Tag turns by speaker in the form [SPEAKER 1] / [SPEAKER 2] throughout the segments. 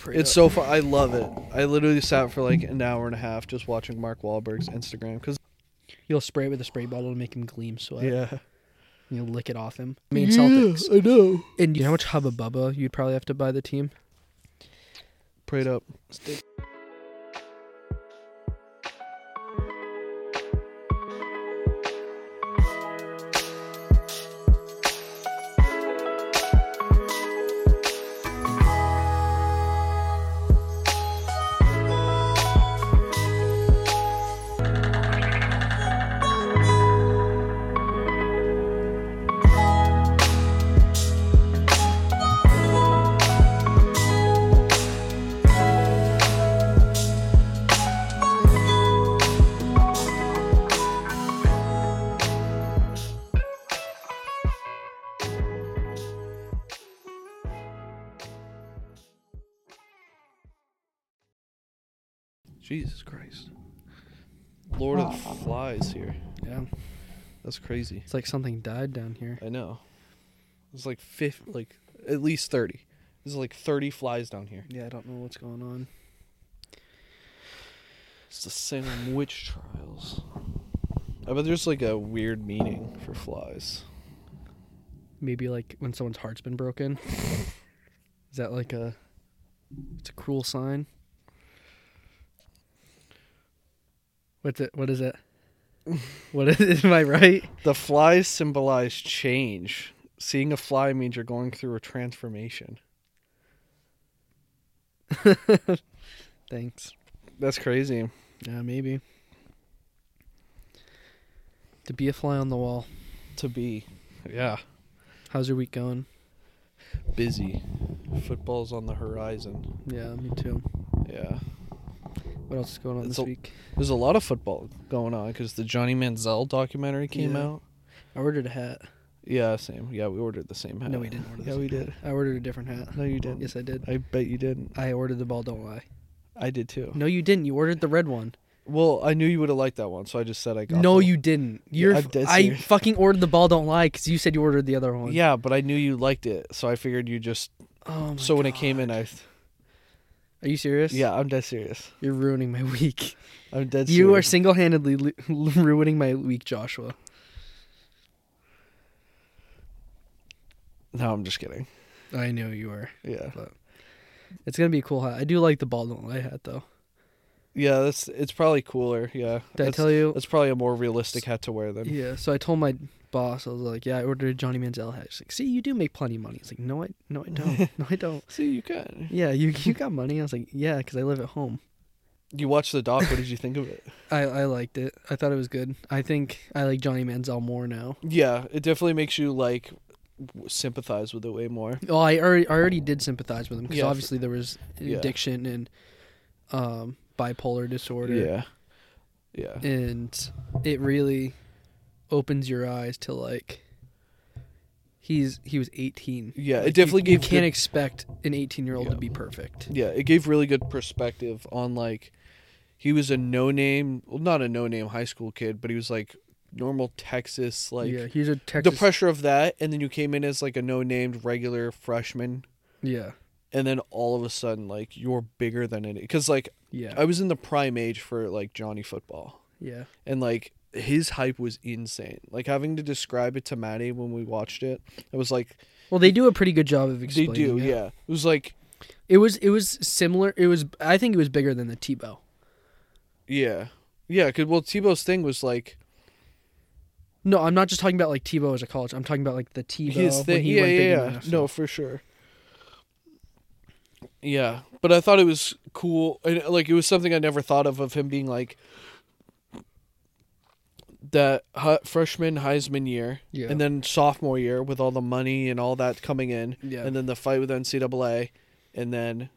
[SPEAKER 1] pretty.
[SPEAKER 2] It's so fun. I love it. I literally sat for like an hour and a half just watching Mark Wahlberg's Instagram because
[SPEAKER 1] You'll spray it with a spray bottle to make him gleam sweat.
[SPEAKER 2] yeah,
[SPEAKER 1] And you'll lick it off him. I mean, Celtics.
[SPEAKER 2] I know.
[SPEAKER 1] And you know how much Hubba Bubba you'd probably have to buy the team?
[SPEAKER 2] Prayed up. Jesus Christ. Lord of the Flies here.
[SPEAKER 1] Yeah.
[SPEAKER 2] That's crazy.
[SPEAKER 1] It's like something died down here.
[SPEAKER 2] I know. It's like fifth, like at least thirty. There's like thirty flies down here.
[SPEAKER 1] Yeah, I don't know what's going on.
[SPEAKER 2] It's the Salem witch trials. I bet there's like a weird meaning for flies.
[SPEAKER 1] Maybe like when someone's heart's been broken. Is that like a? It's a cruel sign. What's it? What is it? What is it? Am I right?
[SPEAKER 2] The flies symbolize change. Seeing a fly means you're going through a transformation.
[SPEAKER 1] Thanks.
[SPEAKER 2] That's crazy.
[SPEAKER 1] Yeah, maybe. To be a fly on the wall.
[SPEAKER 2] To be. Yeah.
[SPEAKER 1] How's your week going?
[SPEAKER 2] Busy. Football's on the horizon.
[SPEAKER 1] Yeah, me too.
[SPEAKER 2] Yeah.
[SPEAKER 1] What else is going on
[SPEAKER 2] It's
[SPEAKER 1] this
[SPEAKER 2] a-
[SPEAKER 1] week?
[SPEAKER 2] There's a lot of football going on because the Johnny Manziel documentary came
[SPEAKER 1] Yeah.
[SPEAKER 2] out.
[SPEAKER 1] I ordered a hat.
[SPEAKER 2] Yeah, same. Yeah, we ordered the same hat.
[SPEAKER 1] No, we didn't order.
[SPEAKER 2] Yeah,
[SPEAKER 1] the
[SPEAKER 2] we
[SPEAKER 1] same
[SPEAKER 2] did.
[SPEAKER 1] hat. I ordered a different hat.
[SPEAKER 2] No, you didn't.
[SPEAKER 1] Yes, I did.
[SPEAKER 2] I bet you didn't.
[SPEAKER 1] I ordered the ball. Don't lie.
[SPEAKER 2] I did too.
[SPEAKER 1] No, you didn't. You ordered the red one.
[SPEAKER 2] Well, I knew you would have liked that one, so I just said I got.
[SPEAKER 1] No,
[SPEAKER 2] the-
[SPEAKER 1] you didn't. You're.
[SPEAKER 2] I'm dead
[SPEAKER 1] I
[SPEAKER 2] serious.
[SPEAKER 1] fucking ordered the ball. Don't lie, because you said you ordered the other one.
[SPEAKER 2] Yeah, but I knew you liked it, so I figured you just.
[SPEAKER 1] Oh my
[SPEAKER 2] so when it
[SPEAKER 1] God.
[SPEAKER 2] came in, I.
[SPEAKER 1] Are you serious?
[SPEAKER 2] Yeah, I'm dead serious.
[SPEAKER 1] You're ruining my week.
[SPEAKER 2] I'm dead serious.
[SPEAKER 1] you are single-handedly lu- ruining my week, Joshua.
[SPEAKER 2] No, I'm just kidding.
[SPEAKER 1] I know you are.
[SPEAKER 2] Yeah,
[SPEAKER 1] It's gonna be a cool hat. I do like the ball. Don't lie hat though.
[SPEAKER 2] yeah. That's it's probably cooler. Yeah.
[SPEAKER 1] Did I
[SPEAKER 2] That's-
[SPEAKER 1] tell you?
[SPEAKER 2] That's probably a more realistic hat to wear than.
[SPEAKER 1] Yeah. So I told my boss, I was like, "Yeah, I ordered a Johnny Manziel hat." She's like, "See, you do make plenty of money." He's like, "No, I, no, I don't. No, I don't."
[SPEAKER 2] See, you can.
[SPEAKER 1] Yeah, you you got money. I was like, "Yeah, because I live at home."
[SPEAKER 2] You watched the doc. What did you think of it?
[SPEAKER 1] I I liked it. I thought it was good. I think I like Johnny Manziel more now.
[SPEAKER 2] Yeah, it definitely makes you like w- sympathize with it way more.
[SPEAKER 1] Oh, I already I already did sympathize with him because
[SPEAKER 2] Yeah.
[SPEAKER 1] obviously there was
[SPEAKER 2] Yeah.
[SPEAKER 1] addiction and um, bipolar disorder.
[SPEAKER 2] Yeah. Yeah.
[SPEAKER 1] and it really opens your eyes to like he's he was 18
[SPEAKER 2] Yeah, it
[SPEAKER 1] Like, you-
[SPEAKER 2] definitely
[SPEAKER 1] you
[SPEAKER 2] gave
[SPEAKER 1] can't
[SPEAKER 2] good-
[SPEAKER 1] expect an 18 year old
[SPEAKER 2] Yeah.
[SPEAKER 1] to be perfect
[SPEAKER 2] Yeah, it gave really good perspective on like he was a no name, well, not a no name high school kid, but he was like normal Texas, like
[SPEAKER 1] yeah he's a texas
[SPEAKER 2] the pressure of that, and then you came in as like a no named regular freshman,
[SPEAKER 1] yeah
[SPEAKER 2] and then all of a sudden like you're bigger than it because like
[SPEAKER 1] yeah
[SPEAKER 2] I was in the prime age for like Johnny football,
[SPEAKER 1] yeah
[SPEAKER 2] and like his hype was insane. Like having to describe it to Maddie when we watched it, it was like
[SPEAKER 1] well they do a pretty good job of
[SPEAKER 2] they
[SPEAKER 1] explaining
[SPEAKER 2] do,
[SPEAKER 1] it.
[SPEAKER 2] yeah. It was like
[SPEAKER 1] it was it was similar it was i think it was bigger than the tebow
[SPEAKER 2] yeah, yeah. Because well, Tebow's thing was like
[SPEAKER 1] no i'm not just talking about like tebow as a college i'm talking about like the tebow
[SPEAKER 2] his
[SPEAKER 1] when
[SPEAKER 2] thing.
[SPEAKER 1] he
[SPEAKER 2] Yeah,
[SPEAKER 1] went big in
[SPEAKER 2] yeah,
[SPEAKER 1] the
[SPEAKER 2] yeah.
[SPEAKER 1] NFL.
[SPEAKER 2] No, for sure. Yeah, but I thought it was cool, and like it was something I never thought of of him being like that hu- freshman Heisman year,
[SPEAKER 1] Yeah.
[SPEAKER 2] and then sophomore year with all the money and all that coming in,
[SPEAKER 1] Yeah.
[SPEAKER 2] and then the fight with NCAA, and then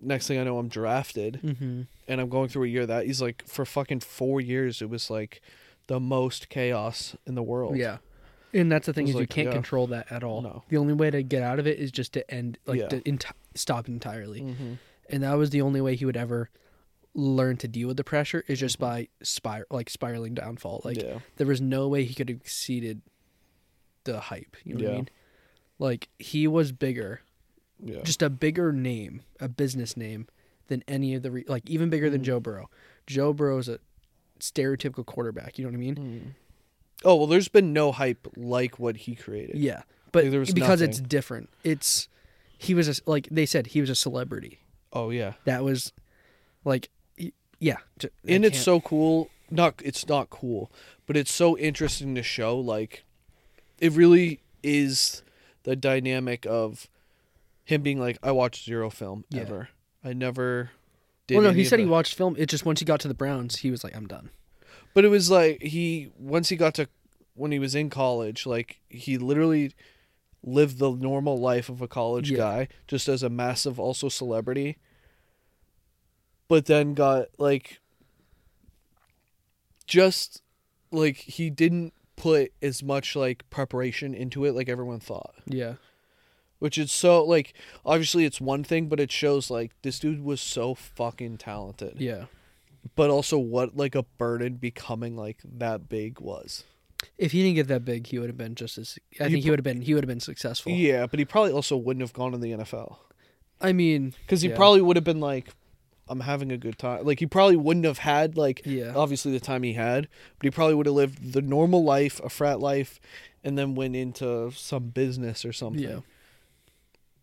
[SPEAKER 2] next thing I know, I'm drafted
[SPEAKER 1] Mhm.
[SPEAKER 2] and I'm going through a year that he's like for fucking four years, it was like the most chaos in the world.
[SPEAKER 1] Yeah. And that's the thing
[SPEAKER 2] It Oh. was
[SPEAKER 1] is you
[SPEAKER 2] like,
[SPEAKER 1] can't
[SPEAKER 2] yeah.
[SPEAKER 1] control that at all.
[SPEAKER 2] No.
[SPEAKER 1] The only way to get out of it is just to end, like
[SPEAKER 2] Yeah.
[SPEAKER 1] to enti- stop entirely.
[SPEAKER 2] hmm
[SPEAKER 1] And that was the only way he would ever learn to deal with the pressure is just by spir- like spiraling downfall. Like
[SPEAKER 2] Mm-hmm. yeah.
[SPEAKER 1] there was no way he could have exceeded the hype. You know what I
[SPEAKER 2] Yeah.
[SPEAKER 1] mean? Like he was bigger
[SPEAKER 2] Yeah.
[SPEAKER 1] just a bigger name, a business name than any of the re- like even bigger
[SPEAKER 2] Mm-hmm.
[SPEAKER 1] than Joe Burrow. Joe Burrow is a stereotypical quarterback. You know what I mean?
[SPEAKER 2] Mm. Oh well, there's been no hype like what he created.
[SPEAKER 1] Yeah, but
[SPEAKER 2] Like, there was
[SPEAKER 1] because
[SPEAKER 2] nothing.
[SPEAKER 1] it's different, it's he was a, like they said he was a celebrity.
[SPEAKER 2] Oh yeah,
[SPEAKER 1] That was like y- yeah, j- I
[SPEAKER 2] and it's
[SPEAKER 1] can't-
[SPEAKER 2] so cool. Not it's not cool, but it's so interesting to show. Like, it really is the dynamic of him being like, I watched zero film
[SPEAKER 1] Yeah.
[SPEAKER 2] ever. I never. Did
[SPEAKER 1] Well, no,
[SPEAKER 2] any
[SPEAKER 1] he
[SPEAKER 2] of
[SPEAKER 1] said he
[SPEAKER 2] the-"
[SPEAKER 1] watched film. It just once he got to the Browns, he was like, "I'm done."
[SPEAKER 2] But it was like he once he got to when he was in college, like he literally lived the normal life of a college
[SPEAKER 1] Yeah.
[SPEAKER 2] guy, just as a massive also celebrity. But then got like just like he didn't put as much like preparation into it like everyone thought.
[SPEAKER 1] Yeah,
[SPEAKER 2] Which is so like obviously it's one thing, but it shows like this dude was so fucking talented
[SPEAKER 1] yeah.
[SPEAKER 2] but also what like a burden becoming like that big was.
[SPEAKER 1] If he didn't get that big, he would have been just as. I
[SPEAKER 2] You
[SPEAKER 1] think he would have been. He would have been successful.
[SPEAKER 2] Yeah, but he probably also wouldn't have gone to the NFL
[SPEAKER 1] I mean,
[SPEAKER 2] because he
[SPEAKER 1] Yeah.
[SPEAKER 2] probably would have been like, "I'm having a good time." Like he probably wouldn't have had like
[SPEAKER 1] Yeah.
[SPEAKER 2] obviously the time he had, but he probably would have lived the normal life, a frat life, and then went into some business or something.
[SPEAKER 1] Yeah.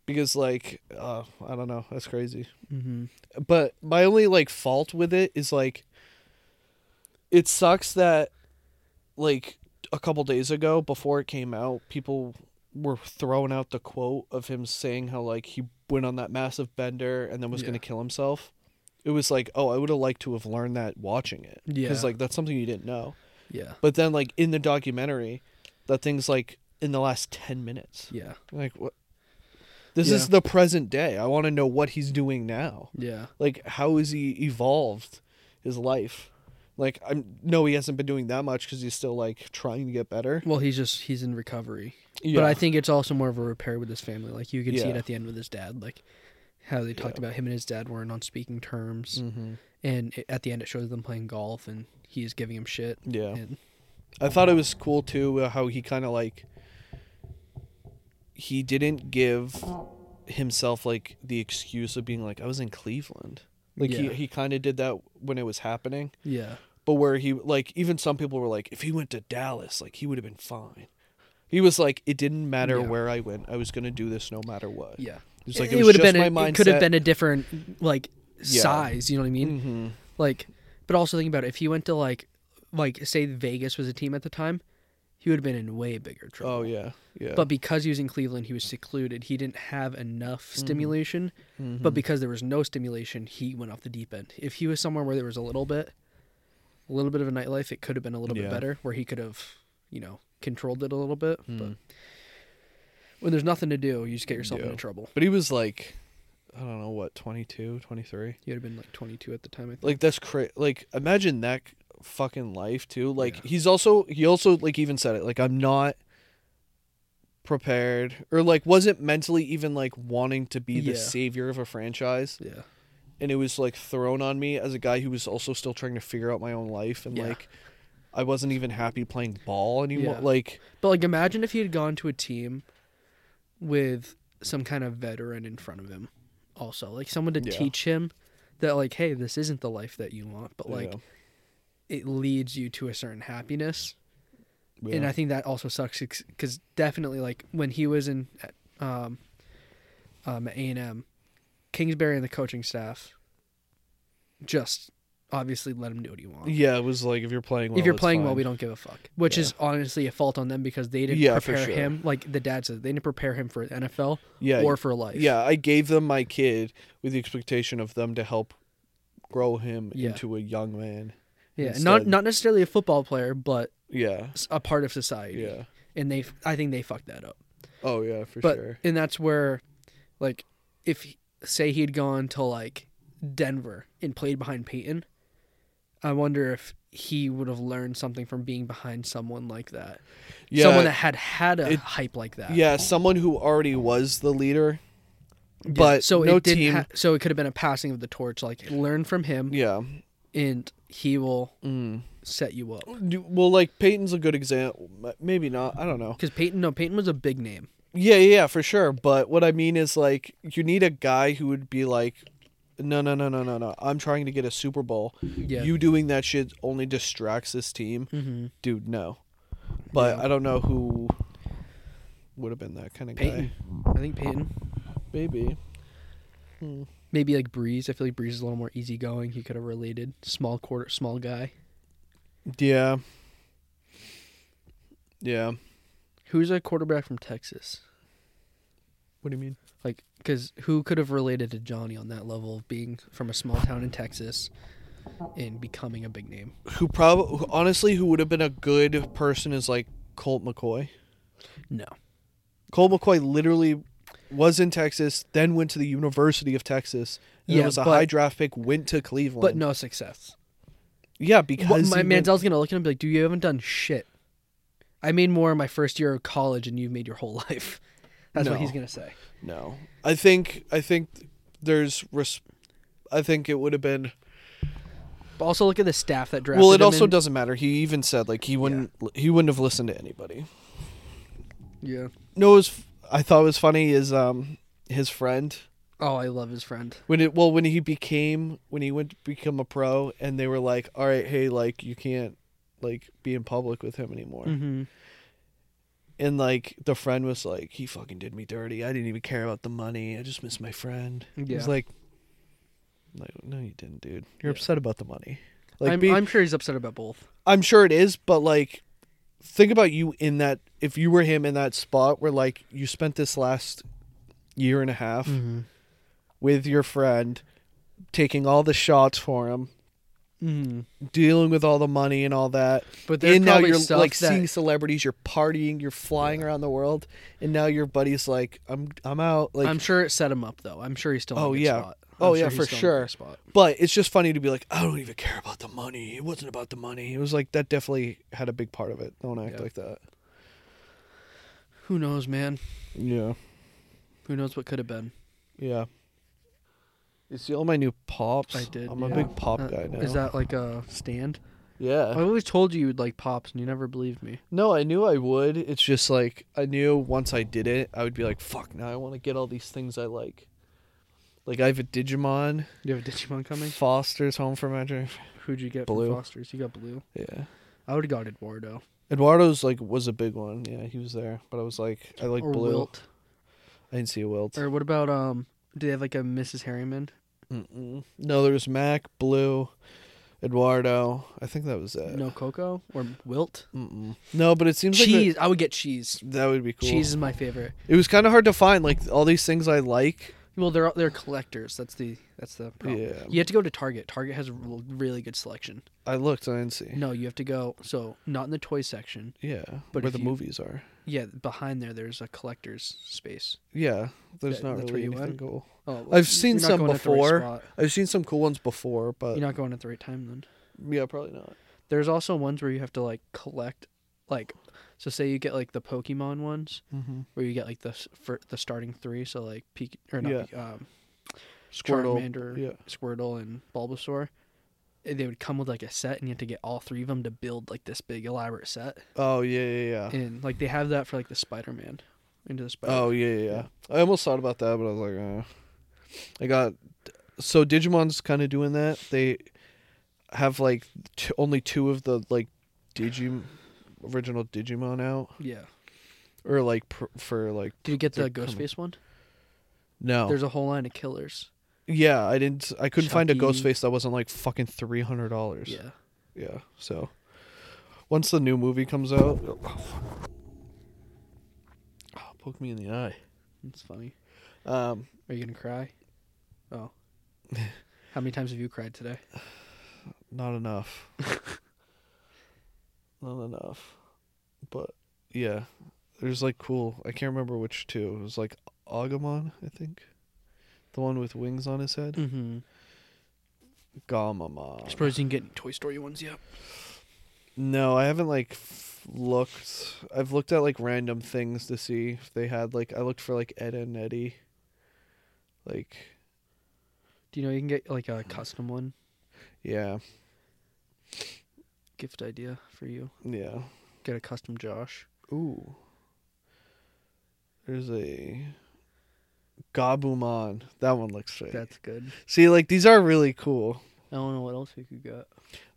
[SPEAKER 2] Because like uh, I don't know, that's crazy.
[SPEAKER 1] hmm
[SPEAKER 2] but my only like fault with it is like it sucks that like a couple days ago before it came out people were throwing out the quote of him saying how like he went on that massive bender and then was
[SPEAKER 1] Yeah.
[SPEAKER 2] going to kill himself it was like oh i would have liked to have learned that watching it
[SPEAKER 1] Yeah.
[SPEAKER 2] because like that's something you didn't know
[SPEAKER 1] yeah,
[SPEAKER 2] but then like in the documentary that thing's like in the last 10 minutes
[SPEAKER 1] yeah,
[SPEAKER 2] like what this
[SPEAKER 1] Yeah.
[SPEAKER 2] is the present day i want to know what he's doing now
[SPEAKER 1] yeah,
[SPEAKER 2] like how has he evolved his life like i'm no he hasn't been doing that much because he's still like trying to get better
[SPEAKER 1] Well, he's just he's in recovery,
[SPEAKER 2] yeah.
[SPEAKER 1] but I think it's also more of a repair with his family. Like you can see it
[SPEAKER 2] Yeah.
[SPEAKER 1] at the end with his dad, like how they talked about him and his dad weren't on speaking terms,
[SPEAKER 2] mm-hmm.
[SPEAKER 1] and it, at the end it shows them playing golf, and he is giving him shit.
[SPEAKER 2] yeah
[SPEAKER 1] And,
[SPEAKER 2] i thought it was cool too uh, how he kind of like he didn't give himself like the excuse of being like i was in cleveland like he,
[SPEAKER 1] Yeah.
[SPEAKER 2] he kind of did that when it was happening
[SPEAKER 1] yeah,
[SPEAKER 2] but where he like even some people were like if he went to dallas like he would have been fine he was like it didn't matter
[SPEAKER 1] Yeah.
[SPEAKER 2] where i went i was gonna do this no matter what
[SPEAKER 1] yeah.
[SPEAKER 2] It's like,
[SPEAKER 1] it
[SPEAKER 2] it was
[SPEAKER 1] would have
[SPEAKER 2] just
[SPEAKER 1] been. A,
[SPEAKER 2] my
[SPEAKER 1] It could have
[SPEAKER 2] mindset.
[SPEAKER 1] been a different like
[SPEAKER 2] Yeah.
[SPEAKER 1] size. You know what I mean?
[SPEAKER 2] Mm-hmm.
[SPEAKER 1] Like, but also think about it. If he went to like, like say Vegas was a team at the time, he would have been in way bigger trouble.
[SPEAKER 2] Oh yeah, yeah.
[SPEAKER 1] But because he was in Cleveland, he was secluded. He didn't have enough
[SPEAKER 2] Mm-hmm.
[SPEAKER 1] stimulation. But because there was no stimulation, he went off the deep end. If he was somewhere where there was a little bit, a little bit of a nightlife, it could have been a little
[SPEAKER 2] Yeah.
[SPEAKER 1] bit better, where he could have, you know, controlled it a little bit.
[SPEAKER 2] Hmm.
[SPEAKER 1] But when there's nothing to do, you just get yourself
[SPEAKER 2] Yeah.
[SPEAKER 1] into trouble.
[SPEAKER 2] but he was like, I don't know what, 22, 23?
[SPEAKER 1] You would have been like 22 at the time. I think.
[SPEAKER 2] Like that's cra- Like imagine that c- fucking life too. Like
[SPEAKER 1] Yeah.
[SPEAKER 2] he's also he also like even said it. Like I'm not prepared or like wasn't mentally even like wanting to be the
[SPEAKER 1] Yeah.
[SPEAKER 2] savior of a franchise
[SPEAKER 1] yeah,
[SPEAKER 2] and it was like thrown on me as a guy who was also still trying to figure out my own life and
[SPEAKER 1] Yeah.
[SPEAKER 2] like i wasn't even happy playing ball anymore
[SPEAKER 1] Yeah.
[SPEAKER 2] like
[SPEAKER 1] but like imagine if he had gone to a team with some kind of veteran in front of him, also like someone to
[SPEAKER 2] Yeah.
[SPEAKER 1] teach him that like, hey, this isn't the life that you want, but like.
[SPEAKER 2] yeah.
[SPEAKER 1] it leads you to a certain happiness. And
[SPEAKER 2] Yeah.
[SPEAKER 1] I think that also sucks because definitely, like when he was in um, um, at A and M, Kingsbury and the coaching staff just obviously let him do what he wants.
[SPEAKER 2] yeah it was like if you're playing well
[SPEAKER 1] if you're
[SPEAKER 2] it's
[SPEAKER 1] playing well,
[SPEAKER 2] fine.
[SPEAKER 1] we don't give a fuck. Which
[SPEAKER 2] Yeah.
[SPEAKER 1] is honestly a fault on them because they didn't
[SPEAKER 2] Yeah, for
[SPEAKER 1] prepare
[SPEAKER 2] sure.
[SPEAKER 1] him. Like the dad said, they didn't prepare him for the NFL
[SPEAKER 2] yeah
[SPEAKER 1] or for life.
[SPEAKER 2] Yeah, I gave them my kid with the expectation of them to help grow him
[SPEAKER 1] Yeah.
[SPEAKER 2] into a young man.
[SPEAKER 1] yeah. Not
[SPEAKER 2] instead-
[SPEAKER 1] not necessarily a football player, but
[SPEAKER 2] Yeah.
[SPEAKER 1] s- a part of society.
[SPEAKER 2] Yeah.
[SPEAKER 1] And they, I think they fucked that up.
[SPEAKER 2] Oh yeah, for
[SPEAKER 1] but
[SPEAKER 2] sure.
[SPEAKER 1] and that's where like if he- say he'd gone to like denver and played behind peyton i wonder if he would have learned something from being behind someone like that
[SPEAKER 2] Yeah.
[SPEAKER 1] someone that had had a
[SPEAKER 2] it-
[SPEAKER 1] hype like that
[SPEAKER 2] yeah, someone who already was the leader.
[SPEAKER 1] Yeah,
[SPEAKER 2] But
[SPEAKER 1] so
[SPEAKER 2] no
[SPEAKER 1] it didn't
[SPEAKER 2] team.
[SPEAKER 1] ha- so it could have been a passing of the torch like learn from him
[SPEAKER 2] yeah.
[SPEAKER 1] and he will
[SPEAKER 2] Mm.
[SPEAKER 1] set you up
[SPEAKER 2] Do- Well, like Peyton's a good example. Maybe not. I don't know.
[SPEAKER 1] because peyton no peyton was a big name
[SPEAKER 2] Yeah, yeah, yeah, for sure. But what I mean is like you need a guy who would be like, no, no, no, no, no, no. I'm trying to get a Super Bowl.
[SPEAKER 1] Yeah.
[SPEAKER 2] You doing that shit only distracts this team,
[SPEAKER 1] mm-hmm.
[SPEAKER 2] dude. No. But
[SPEAKER 1] Yeah.
[SPEAKER 2] I don't know who would have been that kind of
[SPEAKER 1] Peyton.
[SPEAKER 2] guy.
[SPEAKER 1] I think Peyton.
[SPEAKER 2] Maybe.
[SPEAKER 1] Maybe like Breeze. I feel like Breeze is a little more easygoing. He could have related. Small quarter, small guy.
[SPEAKER 2] Yeah. Yeah.
[SPEAKER 1] Who's a quarterback from Texas?
[SPEAKER 2] What do you mean?
[SPEAKER 1] Like, because who could have related to Johnny on that level of being from a small town in Texas and becoming a big name?
[SPEAKER 2] Who probably honestly who would have been a good person is like Colt McCoy.
[SPEAKER 1] No.
[SPEAKER 2] Colt McCoy literally was in Texas, then went to the University of Texas. And
[SPEAKER 1] Yeah,
[SPEAKER 2] was a
[SPEAKER 1] but-
[SPEAKER 2] high draft pick, went to Cleveland.
[SPEAKER 1] But no success.
[SPEAKER 2] yeah,
[SPEAKER 1] What,
[SPEAKER 2] because
[SPEAKER 1] my
[SPEAKER 2] he went-
[SPEAKER 1] Manziel's going to look at him and be like, dude, you haven't done shit. I made more in my first year of college than you've made your whole life. That's
[SPEAKER 2] No.
[SPEAKER 1] what he's going to say.
[SPEAKER 2] no, I think I think there's res- I think it would have been
[SPEAKER 1] But also look at the staff that drafted
[SPEAKER 2] well. It
[SPEAKER 1] him
[SPEAKER 2] also
[SPEAKER 1] in.
[SPEAKER 2] doesn't matter. He even said like he wouldn't he wouldn't have listened to anybody.
[SPEAKER 1] Yeah.
[SPEAKER 2] No, it was I thought it was funny is um his friend
[SPEAKER 1] Oh, I love his friend.
[SPEAKER 2] when it well when he became when he went to become a pro and they were like all right hey like you can't like be in public with him anymore
[SPEAKER 1] Mm-hmm.
[SPEAKER 2] and like the friend was like he fucking did me dirty i didn't even care about the money i just miss my friend yeah.
[SPEAKER 1] Yeah.
[SPEAKER 2] was like like no you didn't dude you're
[SPEAKER 1] Yeah.
[SPEAKER 2] upset about the money like
[SPEAKER 1] I'm,
[SPEAKER 2] be-
[SPEAKER 1] I'm sure he's upset about both.
[SPEAKER 2] I'm sure it is but like think about you in that if you were him in that spot where like you spent this last year and a half
[SPEAKER 1] Mm-hmm.
[SPEAKER 2] with your friend taking all the shots for him
[SPEAKER 1] Mm-hmm.
[SPEAKER 2] dealing with all the money and all that.
[SPEAKER 1] But there's
[SPEAKER 2] And now
[SPEAKER 1] probably
[SPEAKER 2] you're
[SPEAKER 1] stuff
[SPEAKER 2] like
[SPEAKER 1] that,
[SPEAKER 2] seeing celebrities, you're partying, you're flying around the world, and now your buddy's like, "I'm I'm out." Like,
[SPEAKER 1] I'm sure it set him up though. I'm sure he's still. In
[SPEAKER 2] Oh,
[SPEAKER 1] a good
[SPEAKER 2] yeah.
[SPEAKER 1] Spot.
[SPEAKER 2] Oh,
[SPEAKER 1] I'm
[SPEAKER 2] yeah,
[SPEAKER 1] he's
[SPEAKER 2] for
[SPEAKER 1] still in a
[SPEAKER 2] sure.
[SPEAKER 1] good Spot.
[SPEAKER 2] but it's just funny to be like, "I don't even care about the money. It wasn't about the money." It was like that definitely had a big part of it. Don't act
[SPEAKER 1] Yeah.
[SPEAKER 2] like that.
[SPEAKER 1] Who knows, man?
[SPEAKER 2] Yeah,
[SPEAKER 1] Who knows what could have been?
[SPEAKER 2] yeah. You see all my new pops.
[SPEAKER 1] I did,
[SPEAKER 2] I'm
[SPEAKER 1] yeah.
[SPEAKER 2] a big pop
[SPEAKER 1] Uh,
[SPEAKER 2] guy now.
[SPEAKER 1] Is that like a stand? I
[SPEAKER 2] yeah.
[SPEAKER 1] always told you you'd like pops, and you never believed me.
[SPEAKER 2] No, I knew I would. It's just like I knew once I did it, I would be like, "Fuck! Now I want to get all these things I like." Like I have a Digimon.
[SPEAKER 1] You have a Digimon coming.
[SPEAKER 2] Foster's Home for Magic.
[SPEAKER 1] Who'd you get
[SPEAKER 2] Blue.
[SPEAKER 1] from Foster's? You got blue.
[SPEAKER 2] Yeah.
[SPEAKER 1] I would have got Eduardo
[SPEAKER 2] Eduardo's like was a big one. Yeah, he was there, but I was like, I like
[SPEAKER 1] or
[SPEAKER 2] blue.
[SPEAKER 1] Wilt.
[SPEAKER 2] I didn't see a Wilt.
[SPEAKER 1] Or what about um? Do they have like a Mrs. Harriman?
[SPEAKER 2] Mm-mm. No, there was Mac, Blue, Eduardo. I think that was it.
[SPEAKER 1] No Coco or Wilt.
[SPEAKER 2] Mm-mm. No, but it seems Uh. like
[SPEAKER 1] Cheese. I would get cheese.
[SPEAKER 2] that, that would be cool.
[SPEAKER 1] Cheese is my favorite.
[SPEAKER 2] It was kind of hard to find like all these things I like.
[SPEAKER 1] Well, they're they're collectors. That's the that's the problem.
[SPEAKER 2] Yeah.
[SPEAKER 1] You have to go to Target. Target has a r- really good selection.
[SPEAKER 2] I looked, I didn't see.
[SPEAKER 1] No, you have to go. So not in the toy section.
[SPEAKER 2] Yeah,
[SPEAKER 1] But
[SPEAKER 2] where
[SPEAKER 1] if
[SPEAKER 2] the
[SPEAKER 1] you-
[SPEAKER 2] movies are.
[SPEAKER 1] Yeah, behind there, there's a collector's space.
[SPEAKER 2] Yeah, there's
[SPEAKER 1] That-
[SPEAKER 2] not
[SPEAKER 1] that's where
[SPEAKER 2] really
[SPEAKER 1] you
[SPEAKER 2] anything
[SPEAKER 1] went?
[SPEAKER 2] cool.
[SPEAKER 1] Oh, well,
[SPEAKER 2] I've seen
[SPEAKER 1] you're not
[SPEAKER 2] some
[SPEAKER 1] going at the right
[SPEAKER 2] before.
[SPEAKER 1] spot.
[SPEAKER 2] I've seen some cool ones before, but
[SPEAKER 1] You're not going at the right time then.
[SPEAKER 2] yeah, probably not.
[SPEAKER 1] There's also ones where you have to like collect, like, so say you get like the Pokemon ones
[SPEAKER 2] Mm-hmm.
[SPEAKER 1] where you get like the s- for the starting three. So like Pika or not
[SPEAKER 2] Yeah.
[SPEAKER 1] Pika- um,
[SPEAKER 2] Squirtle,
[SPEAKER 1] Charmander,
[SPEAKER 2] yeah.
[SPEAKER 1] Squirtle, and Bulbasaur. They would come with like a set, and you have to get all three of them to build like this big elaborate set.
[SPEAKER 2] Oh yeah, yeah, yeah.
[SPEAKER 1] And like they have that for like the Spider Man, into the Spider.
[SPEAKER 2] Oh yeah, yeah, yeah. I almost thought about that, but I was like, uh. I got. So Digimon's kind of doing that. They have like t- only two of the like Digim original Digimon out,
[SPEAKER 1] yeah.
[SPEAKER 2] or like pr- for like
[SPEAKER 1] Did you get the
[SPEAKER 2] They're Oh.
[SPEAKER 1] Ghostface one?
[SPEAKER 2] no.
[SPEAKER 1] There's a whole line of killers.
[SPEAKER 2] yeah, I didn't. I couldn't find a
[SPEAKER 1] Chucky.
[SPEAKER 2] Ghostface that wasn't like fucking three hundred dollars.
[SPEAKER 1] Yeah.
[SPEAKER 2] Yeah. So once the new movie comes out, oh, fuck. Oh, poke me in the eye.
[SPEAKER 1] It's funny.
[SPEAKER 2] Um,
[SPEAKER 1] Are you gonna cry? Oh. How many times have you cried today?
[SPEAKER 2] not enough. not enough. But yeah, there's like cool. I can't remember which two. It was like Agumon, I think. The one with wings on his head.
[SPEAKER 1] Mm-hmm. I
[SPEAKER 2] Gamamon.
[SPEAKER 1] suppose you can get Toy Story ones, yeah.
[SPEAKER 2] No, I haven't like f- looked. I've looked at like random things to see if they had like. I looked for like Ed and Eddie. Like,
[SPEAKER 1] Do you know you can get like a
[SPEAKER 2] Mm-hmm.
[SPEAKER 1] custom one?
[SPEAKER 2] yeah,
[SPEAKER 1] Gift idea for you.
[SPEAKER 2] yeah.
[SPEAKER 1] Get a custom Josh.
[SPEAKER 2] Ooh. There's a Gabuman. That one looks sick.
[SPEAKER 1] That's good.
[SPEAKER 2] See, like these are really cool.
[SPEAKER 1] I don't know what else we could get.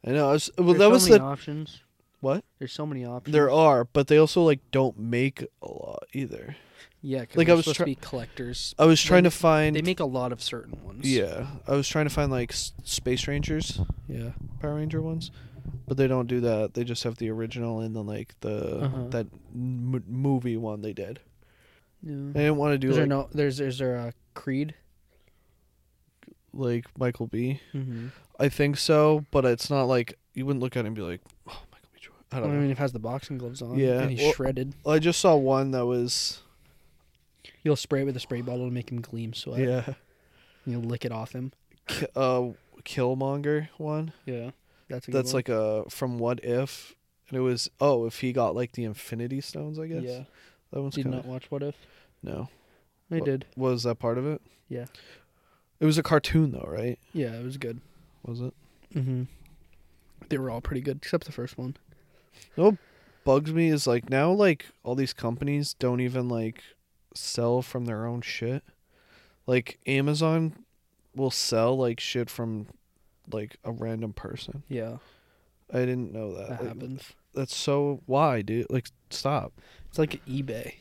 [SPEAKER 2] I know. I was, well,
[SPEAKER 1] There's
[SPEAKER 2] that
[SPEAKER 1] so
[SPEAKER 2] was
[SPEAKER 1] many
[SPEAKER 2] the
[SPEAKER 1] options.
[SPEAKER 2] What?
[SPEAKER 1] There's so many options.
[SPEAKER 2] there are, but they also like don't make a lot either.
[SPEAKER 1] yeah, 'cause
[SPEAKER 2] like,
[SPEAKER 1] we're
[SPEAKER 2] I was
[SPEAKER 1] supposed
[SPEAKER 2] try-
[SPEAKER 1] to be collectors.
[SPEAKER 2] I was trying
[SPEAKER 1] They-
[SPEAKER 2] to find.
[SPEAKER 1] They make a lot of certain ones.
[SPEAKER 2] yeah, I was trying to find like S- Space Rangers,
[SPEAKER 1] yeah.
[SPEAKER 2] Power Ranger ones, but they don't do that. They just have the original and then like the
[SPEAKER 1] Uh-huh.
[SPEAKER 2] that m- movie one they did.
[SPEAKER 1] Yeah.
[SPEAKER 2] I didn't want to do
[SPEAKER 1] Is there
[SPEAKER 2] like,
[SPEAKER 1] Mm-hmm. no? There's is there a Creed?
[SPEAKER 2] like Michael B.
[SPEAKER 1] Mm-hmm.
[SPEAKER 2] I think so, but it's not like you wouldn't look at it and be like, oh, Michael B. Jordan. I
[SPEAKER 1] I,
[SPEAKER 2] don't know.
[SPEAKER 1] mean, if it has the boxing gloves on.
[SPEAKER 2] Yeah,
[SPEAKER 1] And he's
[SPEAKER 2] well-
[SPEAKER 1] shredded.
[SPEAKER 2] Well, I just saw one that was
[SPEAKER 1] You'll spray it with a spray bottle to make him gleam sweat.
[SPEAKER 2] yeah,
[SPEAKER 1] And you'll lick it off him.
[SPEAKER 2] K- uh, Killmonger one.
[SPEAKER 1] Yeah. That's a good
[SPEAKER 2] That's
[SPEAKER 1] one.
[SPEAKER 2] like a from What If, and it was oh if he got like the Infinity Stones, I guess.
[SPEAKER 1] yeah.
[SPEAKER 2] that one's
[SPEAKER 1] Did you
[SPEAKER 2] kind
[SPEAKER 1] not
[SPEAKER 2] of
[SPEAKER 1] watch What If?
[SPEAKER 2] no.
[SPEAKER 1] I
[SPEAKER 2] Wha-
[SPEAKER 1] did.
[SPEAKER 2] Was that part of it?
[SPEAKER 1] Yeah.
[SPEAKER 2] It was a cartoon though, right?
[SPEAKER 1] Yeah, it was good.
[SPEAKER 2] Was it?
[SPEAKER 1] Mm-hmm. They were all pretty good except the first one.
[SPEAKER 2] Bugs me is like now like all these companies don't even like sell from their own shit. Like Amazon will sell like shit from like a random person.
[SPEAKER 1] Yeah,
[SPEAKER 2] I didn't know that.
[SPEAKER 1] that
[SPEAKER 2] Like,
[SPEAKER 1] happens.
[SPEAKER 2] That's so why, dude? Like stop.
[SPEAKER 1] It's like eBay.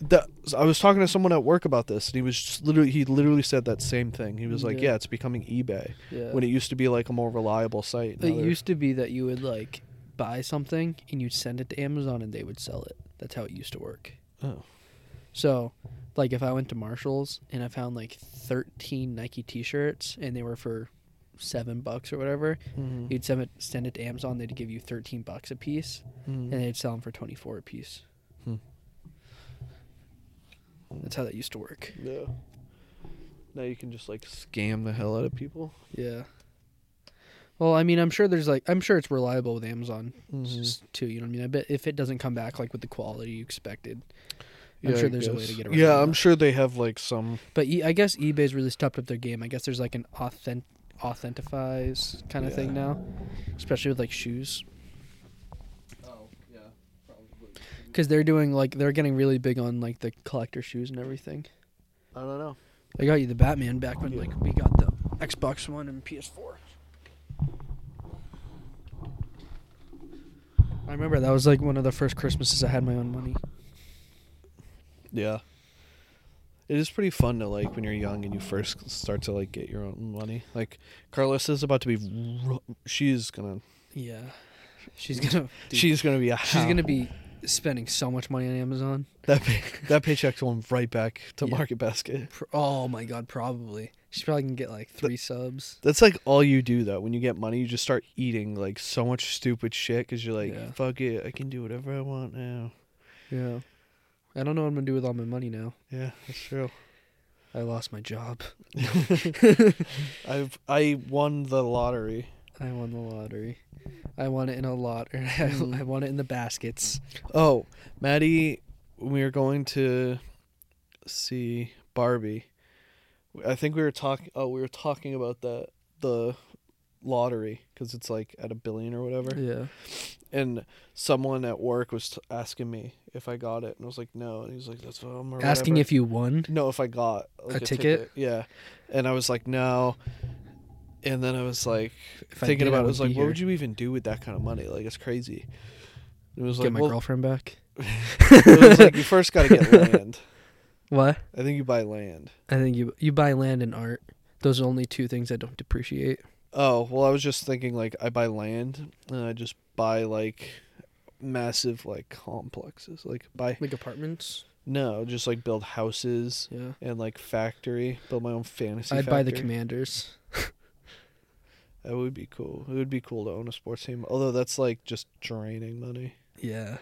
[SPEAKER 2] that I was talking to someone at work about this, and he was just literally he literally said that same thing. He was like,
[SPEAKER 1] Yeah.
[SPEAKER 2] "Yeah, it's becoming eBay
[SPEAKER 1] Yeah.
[SPEAKER 2] when it used to be like a more reliable site."
[SPEAKER 1] It
[SPEAKER 2] Now they're-
[SPEAKER 1] used to be that you would like buy something and you'd send it to Amazon and they would sell it. That's how it used to work.
[SPEAKER 2] Oh.
[SPEAKER 1] So, like if I went to Marshalls and I found like 13 Nike t-shirts and they were for 7 bucks or whatever,
[SPEAKER 2] Mhm.
[SPEAKER 1] you'd send it send it to Amazon, they'd give you 13 bucks a piece
[SPEAKER 2] Mhm.
[SPEAKER 1] and they'd sell them for 24 a piece.
[SPEAKER 2] Hmm.
[SPEAKER 1] That's how that used to work.
[SPEAKER 2] yeah. Now you can just like scam the hell out of people.
[SPEAKER 1] Yeah. Well, I mean, I'm sure there's like I'm sure it's reliable with Amazon
[SPEAKER 2] Mm-hmm.
[SPEAKER 1] s- too. You know what I mean? I bet if it doesn't come back like with the quality you expected, I'm
[SPEAKER 2] Yeah,
[SPEAKER 1] sure
[SPEAKER 2] I
[SPEAKER 1] there's a way
[SPEAKER 2] guess.
[SPEAKER 1] to get around.
[SPEAKER 2] Yeah, I'm
[SPEAKER 1] that.
[SPEAKER 2] sure they have like some.
[SPEAKER 1] But e- I guess eBay's really stepped up their game. I guess there's like an authentic authentifies kind of
[SPEAKER 2] Yeah.
[SPEAKER 1] thing now, especially with like shoes,
[SPEAKER 2] Oh yeah, probably.
[SPEAKER 1] because they're doing like they're getting really big on like the collector shoes and everything.
[SPEAKER 2] I don't know.
[SPEAKER 1] I got you the Batman back when
[SPEAKER 2] Yeah.
[SPEAKER 1] like we got the Xbox One and PS4. I remember that was like one of the first Christmases I had my own money.
[SPEAKER 2] Yeah. It is pretty fun to like when you're young and you first start to like get your own money. Like Carlos is about to be, ru- she's gonna,
[SPEAKER 1] Yeah, she's gonna she's
[SPEAKER 2] she's gonna be a
[SPEAKER 1] she's
[SPEAKER 2] hound.
[SPEAKER 1] gonna be spending so much money on Amazon.
[SPEAKER 2] That pay- that paycheck's going right back to
[SPEAKER 1] Yeah.
[SPEAKER 2] Market Basket.
[SPEAKER 1] Pr- Oh my god, probably she's probably gonna get like three subs.
[SPEAKER 2] That's like all you do though. When you get money, you just start eating like so much stupid shit because you're like,
[SPEAKER 1] Yeah.
[SPEAKER 2] fuck it, I can do whatever I want now.
[SPEAKER 1] Yeah, I don't know what I'm gonna do with all my money now.
[SPEAKER 2] Yeah, that's true.
[SPEAKER 1] I lost my job.
[SPEAKER 2] I've I won the lottery.
[SPEAKER 1] I won the lottery. I won it in a lot. I won it in the baskets.
[SPEAKER 2] Oh, Maddie, when we were going to see Barbie, I think we were talking. Oh, we were talking about the the lottery because it's like at a billion or whatever.
[SPEAKER 1] Yeah.
[SPEAKER 2] and someone at work was t- asking me if I got it, and I was like, no. And he was like, that's what I'm
[SPEAKER 1] Asking if you won.
[SPEAKER 2] no, if I got like,
[SPEAKER 1] A ticket?
[SPEAKER 2] yeah. And I was like, no. And then I was like,
[SPEAKER 1] If I
[SPEAKER 2] thinking
[SPEAKER 1] did, I
[SPEAKER 2] about it, I
[SPEAKER 1] would
[SPEAKER 2] was like,
[SPEAKER 1] be
[SPEAKER 2] what
[SPEAKER 1] here.
[SPEAKER 2] would you even do with that kind of money? Like, it's crazy. And it was
[SPEAKER 1] Get
[SPEAKER 2] like,
[SPEAKER 1] my
[SPEAKER 2] well,
[SPEAKER 1] girlfriend back.
[SPEAKER 2] it was like, you first got to get land.
[SPEAKER 1] What?
[SPEAKER 2] I think you buy land.
[SPEAKER 1] I think you you buy land and art. Those are the only two things I don't depreciate.
[SPEAKER 2] Oh well, I was just thinking like I buy land and I just buy like massive like complexes. Like buy
[SPEAKER 1] Like apartments.
[SPEAKER 2] no, just like build houses
[SPEAKER 1] Yeah.
[SPEAKER 2] and like factory, build my own fantasy.
[SPEAKER 1] I'd buy the
[SPEAKER 2] factory.
[SPEAKER 1] commanders.
[SPEAKER 2] That would be cool. It would be cool to own a sports team. Although that's like just draining money.
[SPEAKER 1] Yeah.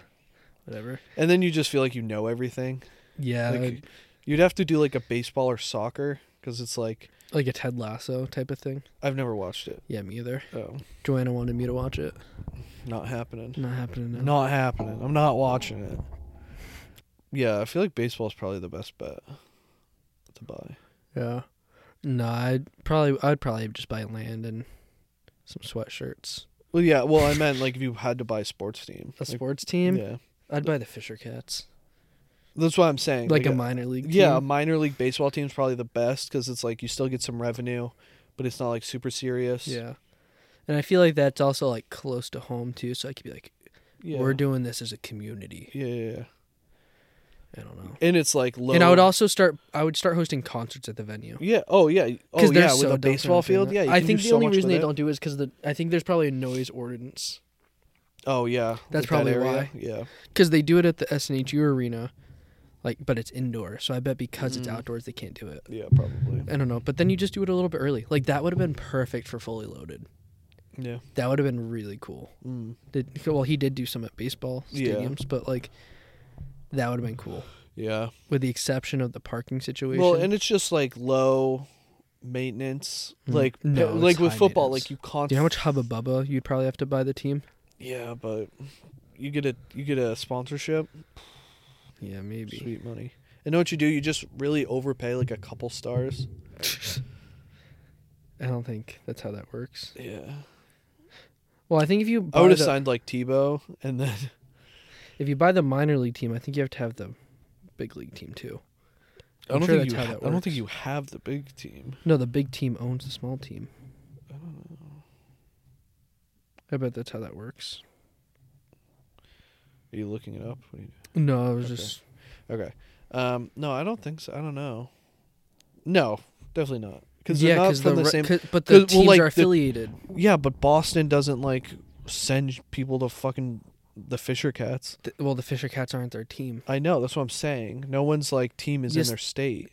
[SPEAKER 1] Whatever.
[SPEAKER 2] And then you just feel like you know everything.
[SPEAKER 1] Yeah.
[SPEAKER 2] like
[SPEAKER 1] Like,
[SPEAKER 2] you'd have to do like a baseball or soccer because it's like
[SPEAKER 1] like a Ted Lasso type of thing.
[SPEAKER 2] I've never watched it.
[SPEAKER 1] Yeah, me either.
[SPEAKER 2] Oh,
[SPEAKER 1] Joanna wanted me to watch it.
[SPEAKER 2] not happening.
[SPEAKER 1] Not happening now.
[SPEAKER 2] Not happening. I'm not watching it. Yeah, I feel like baseball's probably the best bet to buy.
[SPEAKER 1] Yeah. No, I'd probably I'd probably just buy land and some sweatshirts.
[SPEAKER 2] Well, yeah. Well, I meant like if you had to buy a sports team.
[SPEAKER 1] A
[SPEAKER 2] Like,
[SPEAKER 1] sports team?
[SPEAKER 2] Yeah.
[SPEAKER 1] I'd buy the Fisher Cats.
[SPEAKER 2] That's what I'm saying.
[SPEAKER 1] like, a minor league.
[SPEAKER 2] yeah, a
[SPEAKER 1] team.
[SPEAKER 2] minor league baseball team's probably the best because it's like you still get some revenue, but it's not like super serious.
[SPEAKER 1] yeah. And I feel like that's also like close to home too, so I could be like,
[SPEAKER 2] yeah,
[SPEAKER 1] we're doing this as a community.
[SPEAKER 2] yeah, yeah, yeah.
[SPEAKER 1] I don't know.
[SPEAKER 2] And it's like low.
[SPEAKER 1] And I would also start. I would start hosting concerts at the venue.
[SPEAKER 2] Yeah. Oh yeah. Oh
[SPEAKER 1] Because
[SPEAKER 2] yeah. With a baseball field. Yeah. You
[SPEAKER 1] I
[SPEAKER 2] can
[SPEAKER 1] think
[SPEAKER 2] do
[SPEAKER 1] the
[SPEAKER 2] so
[SPEAKER 1] only
[SPEAKER 2] much
[SPEAKER 1] reason
[SPEAKER 2] with
[SPEAKER 1] they
[SPEAKER 2] it.
[SPEAKER 1] don't do it is because the I think there's probably a noise ordinance
[SPEAKER 2] Oh yeah.
[SPEAKER 1] That's
[SPEAKER 2] with that
[SPEAKER 1] probably
[SPEAKER 2] area.
[SPEAKER 1] why.
[SPEAKER 2] Yeah.
[SPEAKER 1] because they do it at the SNHU arena, like but it's indoor. So I bet because
[SPEAKER 2] Mm.
[SPEAKER 1] it's outdoors they can't do it.
[SPEAKER 2] Yeah. Probably.
[SPEAKER 1] I don't know, but then you just do it a little bit early. Like that would have been perfect for fully loaded.
[SPEAKER 2] Yeah.
[SPEAKER 1] That would have been really cool.
[SPEAKER 2] Mm.
[SPEAKER 1] Did well he did do some at baseball
[SPEAKER 2] Yeah.
[SPEAKER 1] stadiums, but like that would have been cool.
[SPEAKER 2] Yeah.
[SPEAKER 1] With the exception of the parking situation.
[SPEAKER 2] Well, and it's just like low maintenance.
[SPEAKER 1] Mm.
[SPEAKER 2] Like
[SPEAKER 1] No, it's
[SPEAKER 2] like with
[SPEAKER 1] high
[SPEAKER 2] football,
[SPEAKER 1] maintenance.
[SPEAKER 2] like you constantly.
[SPEAKER 1] do you know how much Hubba Bubba you'd probably have to buy the team?
[SPEAKER 2] Yeah, but you get a you get a sponsorship,
[SPEAKER 1] Yeah, maybe.
[SPEAKER 2] sweet money. And know what you do? You just really overpay like a couple stars.
[SPEAKER 1] I don't think that's how that works.
[SPEAKER 2] Yeah.
[SPEAKER 1] Well, I think if you
[SPEAKER 2] I
[SPEAKER 1] buy
[SPEAKER 2] would have
[SPEAKER 1] the,
[SPEAKER 2] signed like Tebow, and then
[SPEAKER 1] if you buy the minor league team, I think you have to have the big league team too.
[SPEAKER 2] I
[SPEAKER 1] I'm
[SPEAKER 2] don't
[SPEAKER 1] sure that's
[SPEAKER 2] think you.
[SPEAKER 1] how
[SPEAKER 2] ha-
[SPEAKER 1] that
[SPEAKER 2] I don't think
[SPEAKER 1] works.
[SPEAKER 2] you have the big team.
[SPEAKER 1] No, the big team owns the small team. I bet that's how that works.
[SPEAKER 2] Are you looking it up? What are you
[SPEAKER 1] No, I was
[SPEAKER 2] Okay.
[SPEAKER 1] just
[SPEAKER 2] Okay. Um, no, I don't think so. I don't know. No, definitely not. Because
[SPEAKER 1] yeah,
[SPEAKER 2] they're not
[SPEAKER 1] because
[SPEAKER 2] from the, same.
[SPEAKER 1] but the
[SPEAKER 2] 'cause,
[SPEAKER 1] teams
[SPEAKER 2] well, like,
[SPEAKER 1] are
[SPEAKER 2] the-
[SPEAKER 1] affiliated.
[SPEAKER 2] Yeah, but Boston doesn't like send people to fucking the Fisher Cats.
[SPEAKER 1] Th- well, the Fisher Cats aren't their team.
[SPEAKER 2] I know. That's what I'm saying. No one's like team is
[SPEAKER 1] Yes.
[SPEAKER 2] in their state,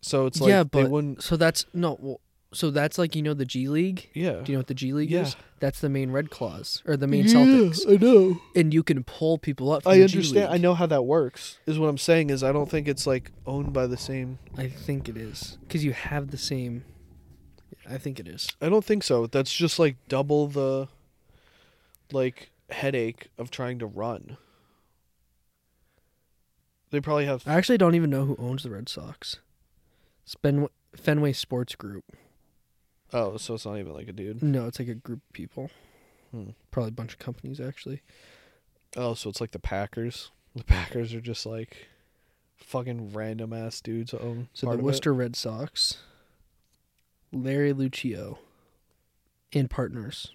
[SPEAKER 2] so it's like
[SPEAKER 1] yeah,
[SPEAKER 2] they
[SPEAKER 1] but
[SPEAKER 2] wouldn't.
[SPEAKER 1] so that's no. Well, so that's like you know the G League.
[SPEAKER 2] Yeah.
[SPEAKER 1] Do you know what the G League
[SPEAKER 2] Yeah.
[SPEAKER 1] is? That's the main Red Claws or the main
[SPEAKER 2] Yeah,
[SPEAKER 1] Celtics,
[SPEAKER 2] I know.
[SPEAKER 1] and you can pull people up. From
[SPEAKER 2] I
[SPEAKER 1] the G
[SPEAKER 2] understand. I
[SPEAKER 1] League.
[SPEAKER 2] know how that works. Is what I'm saying is I don't think it's like owned by the same.
[SPEAKER 1] I think it is because you have the same. I think it is.
[SPEAKER 2] I don't think so. That's just like double the like headache of trying to run. They probably have
[SPEAKER 1] I actually don't even know who owns the Red Sox. Spen- Fenway Sports Group.
[SPEAKER 2] Oh, so it's not even like a dude.
[SPEAKER 1] No, it's like a group of people.
[SPEAKER 2] Hmm.
[SPEAKER 1] Probably a bunch of companies actually.
[SPEAKER 2] Oh, so it's like the Packers. The Packers are just like fucking random ass dudes own.
[SPEAKER 1] So
[SPEAKER 2] part
[SPEAKER 1] the
[SPEAKER 2] of it.
[SPEAKER 1] Worcester Red Sox, Larry Lucio, and partners.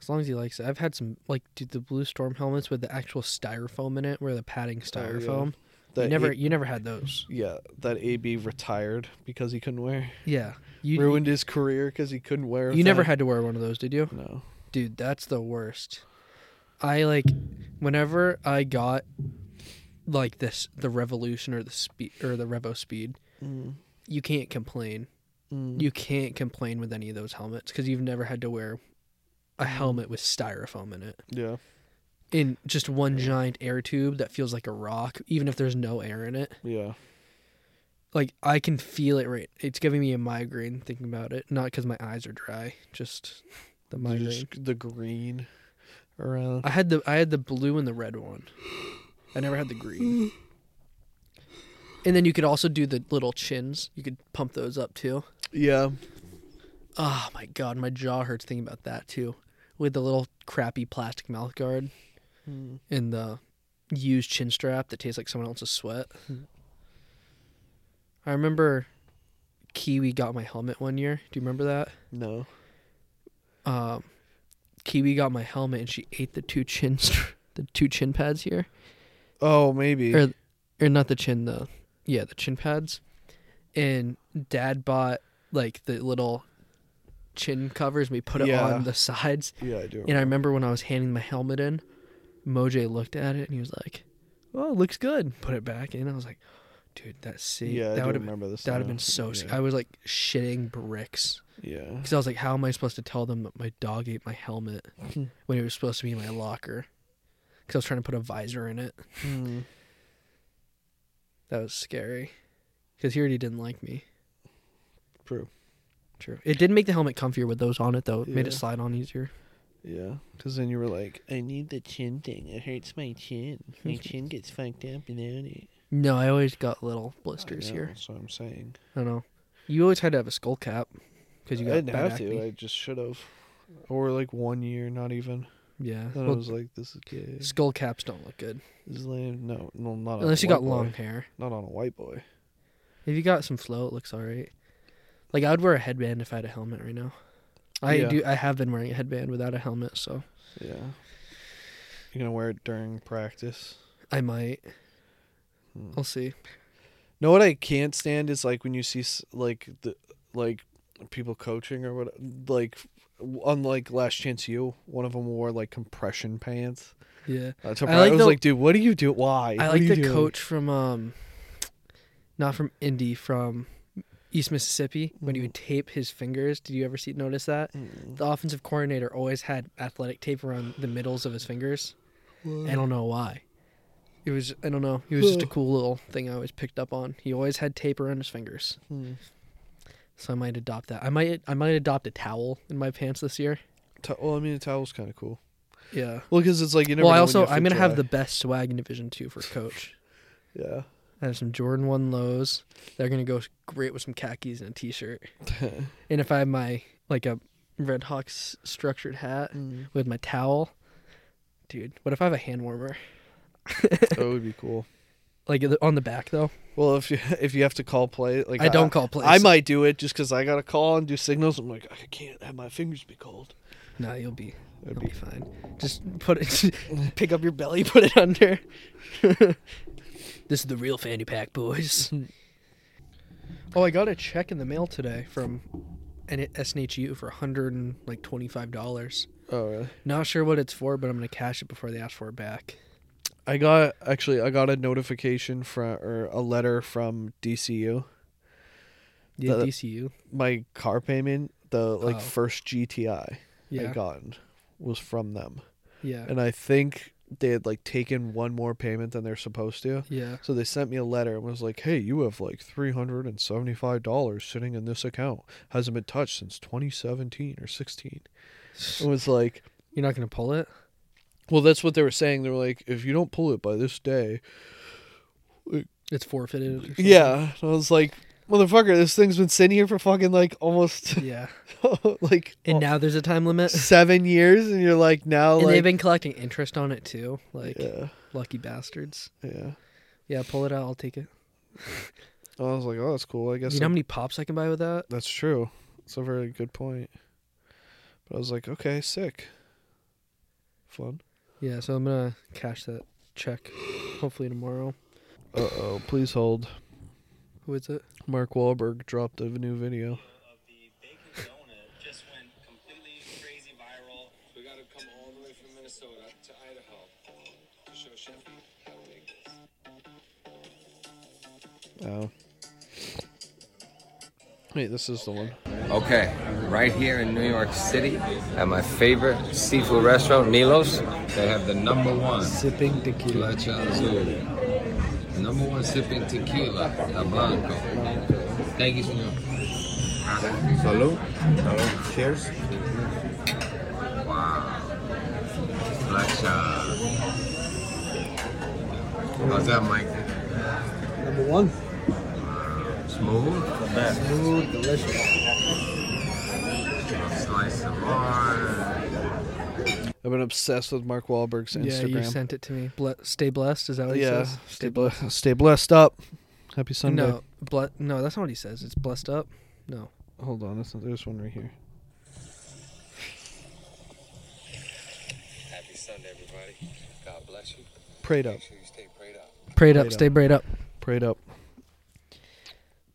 [SPEAKER 1] As long as he likes it, I've had some like dude, the Blue Storm helmets with the actual styrofoam in it, where the
[SPEAKER 2] Oh,
[SPEAKER 1] padding styrofoam.
[SPEAKER 2] that
[SPEAKER 1] You never,
[SPEAKER 2] A-
[SPEAKER 1] you never had those.
[SPEAKER 2] yeah, that AB retired because he couldn't wear.
[SPEAKER 1] Yeah, you
[SPEAKER 2] ruined his career because he couldn't wear.
[SPEAKER 1] You never
[SPEAKER 2] that.
[SPEAKER 1] had to wear one of those, did you?
[SPEAKER 2] No.
[SPEAKER 1] Dude, that's the worst. I like whenever I got like this the revolution or the speed or the revo speed,
[SPEAKER 2] Mm,
[SPEAKER 1] you can't complain.
[SPEAKER 2] mm.
[SPEAKER 1] You can't complain with any of those helmets cuz you've never had to wear a helmet with styrofoam in it.
[SPEAKER 2] yeah.
[SPEAKER 1] In just one giant air tube that feels like a rock even if there's no air in it.
[SPEAKER 2] Yeah.
[SPEAKER 1] Like I can feel it right. It's giving me a migraine thinking about it, not cuz my eyes are dry, just the migraine.
[SPEAKER 2] Just the green around.
[SPEAKER 1] I had the I had the blue and the red one. I never had the green. And then you could also do the little chins. You could pump those up too.
[SPEAKER 2] yeah.
[SPEAKER 1] Oh my god, my jaw hurts thinking about that too. With the little crappy plastic mouth guard
[SPEAKER 2] Mm.
[SPEAKER 1] and the used chin strap that tastes like someone else's sweat. I remember Kiwi got my helmet one year. Do you remember that?
[SPEAKER 2] No.
[SPEAKER 1] um, Kiwi got my helmet and she ate the two chin str- the two chin pads here.
[SPEAKER 2] Oh, maybe.
[SPEAKER 1] Or- or not the chin the yeah the chin pads and dad bought like the little chin covers and we put it
[SPEAKER 2] Yeah.
[SPEAKER 1] on the sides
[SPEAKER 2] yeah, I do.
[SPEAKER 1] and i remember when i was handing my helmet in moj looked at it and he was like oh it looks good put it back in i was like dude that's sick
[SPEAKER 2] yeah, I
[SPEAKER 1] that
[SPEAKER 2] do
[SPEAKER 1] would have
[SPEAKER 2] remember this.
[SPEAKER 1] that would have
[SPEAKER 2] now.
[SPEAKER 1] been so sick
[SPEAKER 2] Yeah.
[SPEAKER 1] i was like shitting bricks
[SPEAKER 2] yeah.
[SPEAKER 1] because i was like how am i supposed to tell them that my dog ate my helmet
[SPEAKER 2] Hmm.
[SPEAKER 1] when it was supposed to be in my locker because i was trying to put a visor in it
[SPEAKER 2] Mm.
[SPEAKER 1] That was scary. Because he already didn't like me.
[SPEAKER 2] True.
[SPEAKER 1] True. It did make the helmet comfier with those on it, though. It made it
[SPEAKER 2] Yeah.
[SPEAKER 1] slide on easier.
[SPEAKER 2] Yeah, because then you were like, I need the chin thing. It hurts my chin. My chin gets fucked up without it.
[SPEAKER 1] No, I always got little
[SPEAKER 2] I
[SPEAKER 1] blisters
[SPEAKER 2] know,
[SPEAKER 1] here.
[SPEAKER 2] That's what I'm saying.
[SPEAKER 1] I don't know. You always had to have a skull cap because you
[SPEAKER 2] I
[SPEAKER 1] got
[SPEAKER 2] didn't
[SPEAKER 1] bad
[SPEAKER 2] have
[SPEAKER 1] acne.
[SPEAKER 2] to. I just should have. Or like one year, not even.
[SPEAKER 1] Yeah.
[SPEAKER 2] And I
[SPEAKER 1] well,
[SPEAKER 2] was like, this is gay.
[SPEAKER 1] skull caps don't look good
[SPEAKER 2] This is lame. No, no, not on
[SPEAKER 1] unless
[SPEAKER 2] a
[SPEAKER 1] you got
[SPEAKER 2] white boy.
[SPEAKER 1] long hair.
[SPEAKER 2] Not on a white boy.
[SPEAKER 1] If you got some flow, it looks all right. Like I would wear a headband if I had a helmet right now. I
[SPEAKER 2] Yeah.
[SPEAKER 1] do. I have been wearing a headband without a helmet, so
[SPEAKER 2] Yeah. You're gonna wear it during practice.
[SPEAKER 1] I might.
[SPEAKER 2] Hmm.
[SPEAKER 1] I'll see.
[SPEAKER 2] Know what I can't stand is like when you see s- like the like people coaching or what like unlike last chance you one of them wore like compression pants.
[SPEAKER 1] Yeah.
[SPEAKER 2] Uh, to
[SPEAKER 1] I
[SPEAKER 2] pra- I
[SPEAKER 1] like
[SPEAKER 2] was
[SPEAKER 1] the-
[SPEAKER 2] like, dude, what do you do? Why?
[SPEAKER 1] I
[SPEAKER 2] What
[SPEAKER 1] like
[SPEAKER 2] are you
[SPEAKER 1] the
[SPEAKER 2] doing?"
[SPEAKER 1] coach from um, not from Indy, from East Mississippi. When
[SPEAKER 2] Hmm.
[SPEAKER 1] he would tape his fingers, did you ever see notice that?
[SPEAKER 2] Mm.
[SPEAKER 1] The offensive coordinator always had athletic tape around the middles of his fingers. I don't know why. It was I don't know. It was just a cool little thing I always picked up on. He always had tape around his fingers,
[SPEAKER 2] Hmm.
[SPEAKER 1] so I might adopt that. I might I might adopt a towel in my pants this year.
[SPEAKER 2] T- well, I mean, a towel's kind of cool.
[SPEAKER 1] Yeah.
[SPEAKER 2] Well, because it's like you never.
[SPEAKER 1] Well, I
[SPEAKER 2] know when
[SPEAKER 1] also
[SPEAKER 2] your feet
[SPEAKER 1] I'm gonna have
[SPEAKER 2] dry.
[SPEAKER 1] the best swag in Division Two for coach.
[SPEAKER 2] yeah.
[SPEAKER 1] I have some Jordan One lows. They're gonna go great with some khakis and a T-shirt. and if I have my like a Red Hawks structured hat
[SPEAKER 2] Mm.
[SPEAKER 1] with my towel, dude. What if I have a hand warmer?
[SPEAKER 2] that would be cool.
[SPEAKER 1] Like on the back though.
[SPEAKER 2] Well, if you if you have to call play, like
[SPEAKER 1] I don't call plays.
[SPEAKER 2] I might do it just because I gotta call and do signals. I'm like, I can't have my fingers be cold.
[SPEAKER 1] No, you'll be
[SPEAKER 2] That'd
[SPEAKER 1] It'll
[SPEAKER 2] be
[SPEAKER 1] be fine. Just put it, pick up your belly, put it under. this is the real fanny pack, boys. oh, I got a check in the mail today from an SNHU for hundred and like twenty five dollars.
[SPEAKER 2] Oh, really?
[SPEAKER 1] Not sure what it's for, but I'm gonna cash it before they ask for it back.
[SPEAKER 2] I got actually I got a notification from or a letter from DCU.
[SPEAKER 1] Yeah,
[SPEAKER 2] The-
[SPEAKER 1] DCU.
[SPEAKER 2] My car payment, the like
[SPEAKER 1] Oh.
[SPEAKER 2] first GTI
[SPEAKER 1] Yeah,
[SPEAKER 2] I gotten was from them.
[SPEAKER 1] yeah,
[SPEAKER 2] And I think they had like taken one more payment than they're supposed to.
[SPEAKER 1] yeah.
[SPEAKER 2] So they sent me a letter and was like, "Hey, you have like three hundred and seventy-five dollars sitting in this account. Hasn't been touched since twenty seventeen or 16. It was like,
[SPEAKER 1] You're not gonna pull it.
[SPEAKER 2] well, that's what they were saying. They were like, if you don't pull it by this day,
[SPEAKER 1] It's forfeited. or something.
[SPEAKER 2] yeah. And I was like, motherfucker, this thing's been sitting here for fucking like almost
[SPEAKER 1] yeah.
[SPEAKER 2] like
[SPEAKER 1] And
[SPEAKER 2] al-
[SPEAKER 1] now there's a time limit,
[SPEAKER 2] seven years, and you're like now
[SPEAKER 1] and
[SPEAKER 2] like
[SPEAKER 1] they've been collecting interest on it too. Like
[SPEAKER 2] yeah,
[SPEAKER 1] lucky bastards.
[SPEAKER 2] yeah.
[SPEAKER 1] Yeah, pull it out. I'll take it.
[SPEAKER 2] I was like, oh, that's cool. I guess
[SPEAKER 1] You know
[SPEAKER 2] I-
[SPEAKER 1] how many pops I can buy with that?
[SPEAKER 2] that's true. It's a very good point. But I was like, okay, sick, fun.
[SPEAKER 1] Yeah, so I'm gonna cash that check hopefully tomorrow.
[SPEAKER 2] Uh oh, please hold.
[SPEAKER 1] Who is it?
[SPEAKER 2] Mark Wahlberg dropped a new video.
[SPEAKER 3] of the bacon donut just went completely crazy viral.
[SPEAKER 4] We gotta come all the way from Minnesota to Idaho to show Chef how to make this.
[SPEAKER 2] Oh. Wait, this is the one.
[SPEAKER 5] Okay, right here in New York City at my favorite seafood restaurant, Milos, they have the number one
[SPEAKER 1] Zipping tequila.
[SPEAKER 5] tequila chalazool. Number one sipping tequila, La Blanco. Thank you, senor. Salud. Salud. Cheers. Wow. Black shot. How's that, Mike?
[SPEAKER 1] Number one.
[SPEAKER 5] Smooth? The best.
[SPEAKER 1] Smooth, delicious.
[SPEAKER 5] Slice of lime.
[SPEAKER 2] I've been obsessed with Mark Wahlberg's
[SPEAKER 1] Yeah,
[SPEAKER 2] Instagram.
[SPEAKER 1] you sent it to me. Ble- stay blessed. Is that what he
[SPEAKER 2] Yeah,
[SPEAKER 1] says?
[SPEAKER 2] stay blessed. Stay blessed up. Happy Sunday.
[SPEAKER 1] No, ble- no, that's not what he says. It's blessed up. No.
[SPEAKER 2] Hold on, that's not, there's one right here.
[SPEAKER 4] Happy Sunday, everybody. God bless you.
[SPEAKER 2] Prayed up.
[SPEAKER 4] Make sure you stay prayed up.
[SPEAKER 1] Prayed up.
[SPEAKER 2] Prayed
[SPEAKER 1] Stay
[SPEAKER 2] up.
[SPEAKER 1] prayed up.
[SPEAKER 2] Prayed up.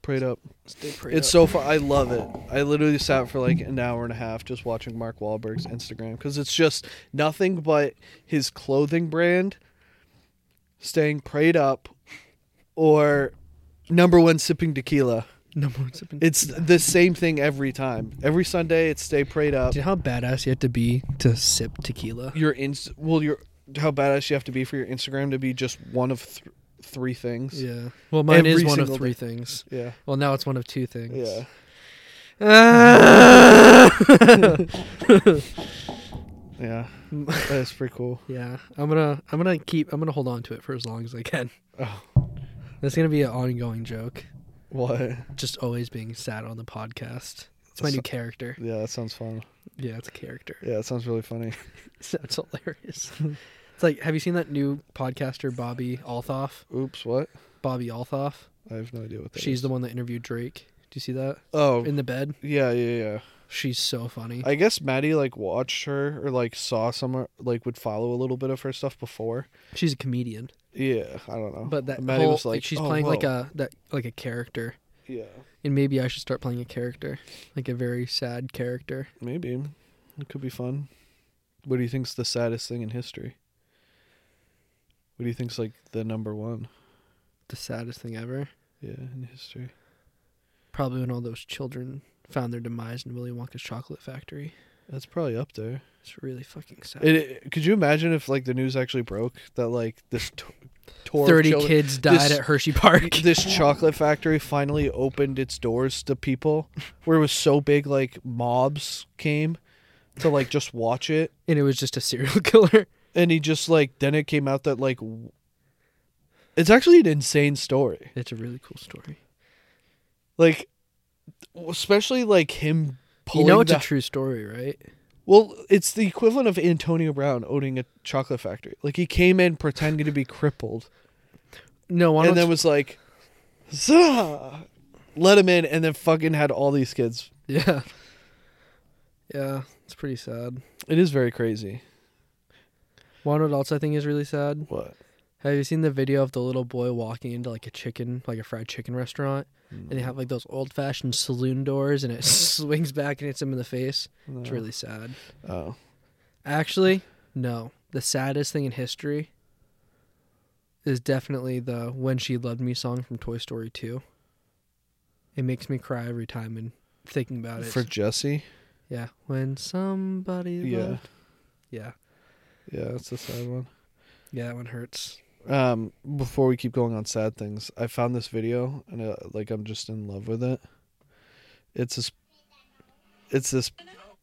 [SPEAKER 2] Prayed up.
[SPEAKER 1] Stay prayed
[SPEAKER 2] It's so fun. I love it. I literally sat for like an hour and a half just watching Mark Wahlberg's Instagram because it's just nothing but his clothing brand staying prayed up or number one sipping tequila.
[SPEAKER 1] no more zipping.
[SPEAKER 2] It's the same thing every time. Every Sunday, it's stay prayed up.
[SPEAKER 1] Do you know how badass you have to be to sip tequila?
[SPEAKER 2] Your inst well, your how badass you have to be for your Instagram to be just one of th- three things.
[SPEAKER 1] Yeah. Well, mine is
[SPEAKER 2] Every
[SPEAKER 1] one of
[SPEAKER 2] single
[SPEAKER 1] three things.
[SPEAKER 2] Yeah.
[SPEAKER 1] Well, now it's one of two things.
[SPEAKER 2] Yeah.
[SPEAKER 1] Ah!
[SPEAKER 2] Yeah. That's pretty cool.
[SPEAKER 1] Yeah, I'm gonna I'm gonna keep I'm gonna hold on to it for as long as I can.
[SPEAKER 2] Oh.
[SPEAKER 1] That's gonna be an ongoing joke.
[SPEAKER 2] What?
[SPEAKER 1] Just always being sad on the podcast. It's my new character.
[SPEAKER 2] Yeah, that sounds fun.
[SPEAKER 1] Yeah, it's a character.
[SPEAKER 2] Yeah, that sounds really funny.
[SPEAKER 1] Sounds hilarious. it's like, have you seen that new podcaster, Bobby Althoff?
[SPEAKER 2] Oops, what?
[SPEAKER 1] Bobby Althoff.
[SPEAKER 2] I have no idea what that
[SPEAKER 1] She's
[SPEAKER 2] is.
[SPEAKER 1] the one that interviewed Drake. Do you see that?
[SPEAKER 2] Oh,
[SPEAKER 1] In the bed.
[SPEAKER 2] yeah, yeah, yeah.
[SPEAKER 1] She's so funny.
[SPEAKER 2] I guess Maddie like watched her or like saw some like would follow a little bit of her stuff before.
[SPEAKER 1] She's a comedian.
[SPEAKER 2] Yeah, I don't know.
[SPEAKER 1] But that
[SPEAKER 2] Maddie
[SPEAKER 1] whole,
[SPEAKER 2] was like,
[SPEAKER 1] she's
[SPEAKER 2] "Oh,
[SPEAKER 1] playing like
[SPEAKER 2] whoa."
[SPEAKER 1] a that like a character.
[SPEAKER 2] yeah,
[SPEAKER 1] And maybe I should start playing a character. Like a very sad character.
[SPEAKER 2] maybe it could be fun. What do you think's the saddest thing in history? What do you think's like the number one?
[SPEAKER 1] The saddest thing ever.
[SPEAKER 2] Yeah, in history.
[SPEAKER 1] Probably when all those children found their demise in Willy Wonka's chocolate factory.
[SPEAKER 2] That's probably up there.
[SPEAKER 1] It's really fucking sad.
[SPEAKER 2] It, it- could you imagine if like the news actually broke that like this t- tour of
[SPEAKER 1] 30
[SPEAKER 2] children-
[SPEAKER 1] kids died
[SPEAKER 2] this-
[SPEAKER 1] at Hershey Park.
[SPEAKER 2] this chocolate factory finally opened its doors to people where it was so big like mobs came to like just watch it
[SPEAKER 1] and it was just a serial killer.
[SPEAKER 2] and he just like then it came out that like w- it's actually an insane story
[SPEAKER 1] It's a really cool story.
[SPEAKER 2] like especially like him pulling
[SPEAKER 1] you know it's
[SPEAKER 2] the,
[SPEAKER 1] a true story, right?
[SPEAKER 2] well it's the equivalent of antonio brown owning a chocolate factory like he came in pretending to be crippled
[SPEAKER 1] No, one
[SPEAKER 2] and then was like "Zah!" let him in and then fucking had all these kids
[SPEAKER 1] yeah, yeah. It's pretty sad.
[SPEAKER 2] it is very crazy
[SPEAKER 1] One what else I think is really sad.
[SPEAKER 2] what
[SPEAKER 1] Have you seen the video of the little boy walking into like a chicken, like a fried chicken restaurant, and they have like those old fashioned saloon doors, and it swings back and hits him in the face? It's really sad.
[SPEAKER 2] Oh.
[SPEAKER 1] Actually, no. The saddest thing in history is definitely the When She Loved Me song from Toy Story 2. It makes me cry every time and thinking about it.
[SPEAKER 2] For Jesse?
[SPEAKER 1] yeah. When somebody
[SPEAKER 2] Yeah.
[SPEAKER 1] loved. Yeah.
[SPEAKER 2] Yeah, that's a sad one.
[SPEAKER 1] Yeah, that one hurts.
[SPEAKER 2] Um, before we keep going on sad things, I found this video and uh, like I'm just in love with it. It's this, it's this.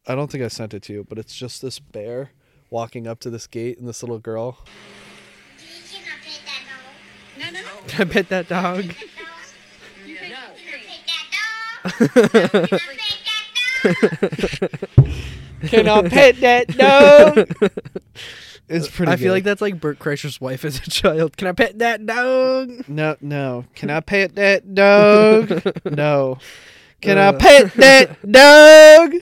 [SPEAKER 2] I don't think I sent it to you, but it's just this bear walking up to this gate and this little girl.
[SPEAKER 6] You cannot pet that dog.
[SPEAKER 7] No, no,
[SPEAKER 1] I bet that dog.
[SPEAKER 6] That dog.
[SPEAKER 7] you can
[SPEAKER 6] You cannot pet that dog. You cannot pet that dog.
[SPEAKER 2] Cannot pet that dog. It's pretty.
[SPEAKER 1] I feel like
[SPEAKER 2] good.
[SPEAKER 1] that's like Bert Kreischer's wife as a child. Can I pet that dog?
[SPEAKER 2] No, no. Can I pet that dog? no. Can I
[SPEAKER 1] Uh.
[SPEAKER 2] pet that dog?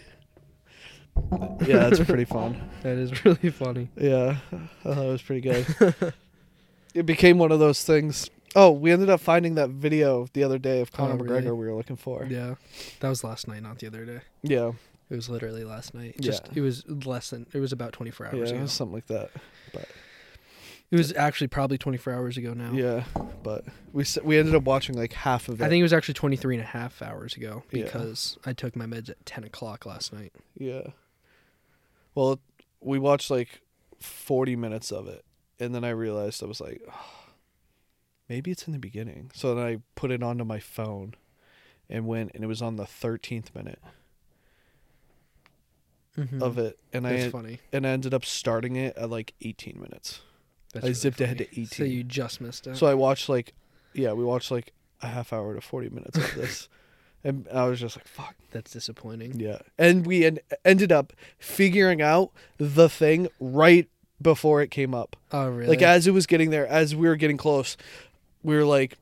[SPEAKER 2] Yeah, that's pretty fun.
[SPEAKER 1] That is really funny.
[SPEAKER 2] Yeah, I thought it was pretty good. it became one of those things. Oh, we ended up finding that video the other day of Conor
[SPEAKER 1] Oh,
[SPEAKER 2] McGregor
[SPEAKER 1] really?
[SPEAKER 2] we were looking for. Yeah.
[SPEAKER 1] Yeah. That was last night, not the other day.
[SPEAKER 2] Yeah,
[SPEAKER 1] It was literally last night.
[SPEAKER 2] Yeah.
[SPEAKER 1] Just it was less than it was about 24 hours ago.
[SPEAKER 2] something like that. But
[SPEAKER 1] It was actually probably 24 hours ago now.
[SPEAKER 2] yeah, but we s- we ended up watching like half of it.
[SPEAKER 1] I think it was actually 23 and a half hours ago
[SPEAKER 2] Yeah.
[SPEAKER 1] because I took my meds at 10 o'clock last night.
[SPEAKER 2] Yeah. Well, we watched like 40 minutes of it and then I realized I was like "Ah, maybe it's in the beginning. So then I put it onto my phone and went and it was on the 13th minute of it and I
[SPEAKER 1] That's
[SPEAKER 2] en-
[SPEAKER 1] funny.
[SPEAKER 2] and I ended up starting it at like 18 minutes.
[SPEAKER 1] That's
[SPEAKER 2] I
[SPEAKER 1] really
[SPEAKER 2] zipped ahead
[SPEAKER 1] funny.
[SPEAKER 2] to 18.
[SPEAKER 1] So you just missed it.
[SPEAKER 2] So I watched like yeah, we watched like a half hour to 40 minutes of this. and I was just like fuck
[SPEAKER 1] That's disappointing.
[SPEAKER 2] yeah. And we en- ended up figuring out the thing right before it came up.
[SPEAKER 1] Oh, really?
[SPEAKER 2] Like as it was getting there, as we were getting close, we were like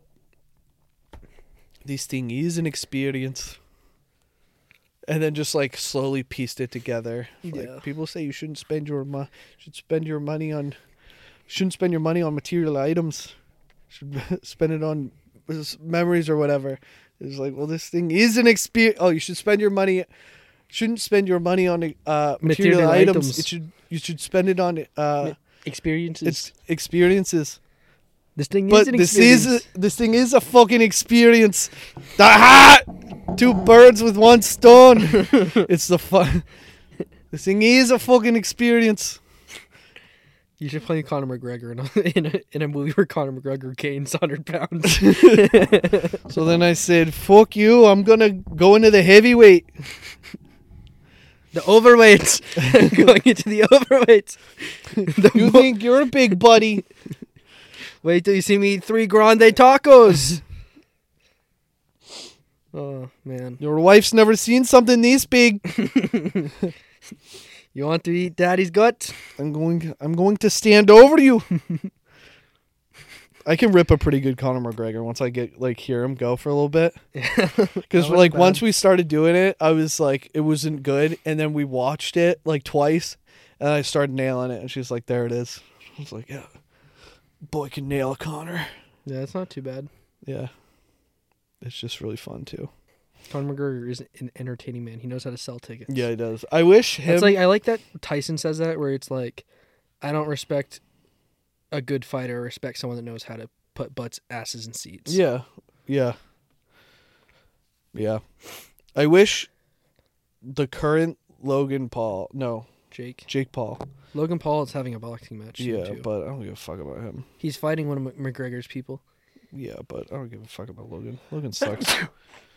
[SPEAKER 2] this thing is an experience. And then just like slowly pieced it together. Like
[SPEAKER 1] Yeah.
[SPEAKER 2] people say you shouldn't spend your mo- should spend your money on shouldn't spend your money on material items. Should spend it on s- memories or whatever. It's like, well, this thing is an experience. Oh, you should spend your money. Shouldn't spend your money on uh, material,
[SPEAKER 1] Material
[SPEAKER 2] items.
[SPEAKER 1] items.
[SPEAKER 2] It should you should spend it on uh,
[SPEAKER 1] experiences.
[SPEAKER 2] it's experiences.
[SPEAKER 1] this thing
[SPEAKER 2] But
[SPEAKER 1] is an
[SPEAKER 2] this
[SPEAKER 1] experience.
[SPEAKER 2] is a, this thing is a fucking experience. Aha! Two birds with one stone. it's the fun. This thing is a fucking experience.
[SPEAKER 1] you should play Conor McGregor in a, in, a, in a movie where Conor McGregor gains 100 pounds.
[SPEAKER 2] So then I said, "Fuck you! I'm gonna go into the heavyweight."
[SPEAKER 1] the overweights. Going into the overweights. The
[SPEAKER 2] You
[SPEAKER 1] mo-
[SPEAKER 2] think you're a big buddy?
[SPEAKER 1] Wait till you see me eat three grande tacos. Oh man,
[SPEAKER 2] Your wife's never seen something this big.
[SPEAKER 1] you want to eat daddy's gut?
[SPEAKER 2] I'm going. I'm going to stand over you. I can rip a pretty good Conor McGregor once I get like hear him go for a little bit. Because
[SPEAKER 1] That wasn't
[SPEAKER 2] like
[SPEAKER 1] bad.
[SPEAKER 2] once we started doing it, I was like, it wasn't good, and then we watched it like twice, and I started nailing it, and she's like, "There it is." I was like, "Yeah, boy can nail Connor."
[SPEAKER 1] Yeah, it's not too bad.
[SPEAKER 2] Yeah, it's just really fun too.
[SPEAKER 1] Conor McGregor is an entertaining man. He knows how to sell tickets.
[SPEAKER 2] Yeah, he does. I wish him.
[SPEAKER 1] It's like I like that Tyson says that where it's like I don't respect a good fighter, I respect someone that knows how to put butts, asses in seats.
[SPEAKER 2] Yeah, yeah, yeah. I wish the current Logan Paul, no,
[SPEAKER 1] Jake.
[SPEAKER 2] Jake Paul.
[SPEAKER 1] Logan Paul is having a boxing match. soon,
[SPEAKER 2] Yeah,
[SPEAKER 1] too.
[SPEAKER 2] but I don't give a fuck about him.
[SPEAKER 1] he's fighting one of Mc- McGregor's people.
[SPEAKER 2] Yeah, but I don't give a fuck about Logan. Logan sucks.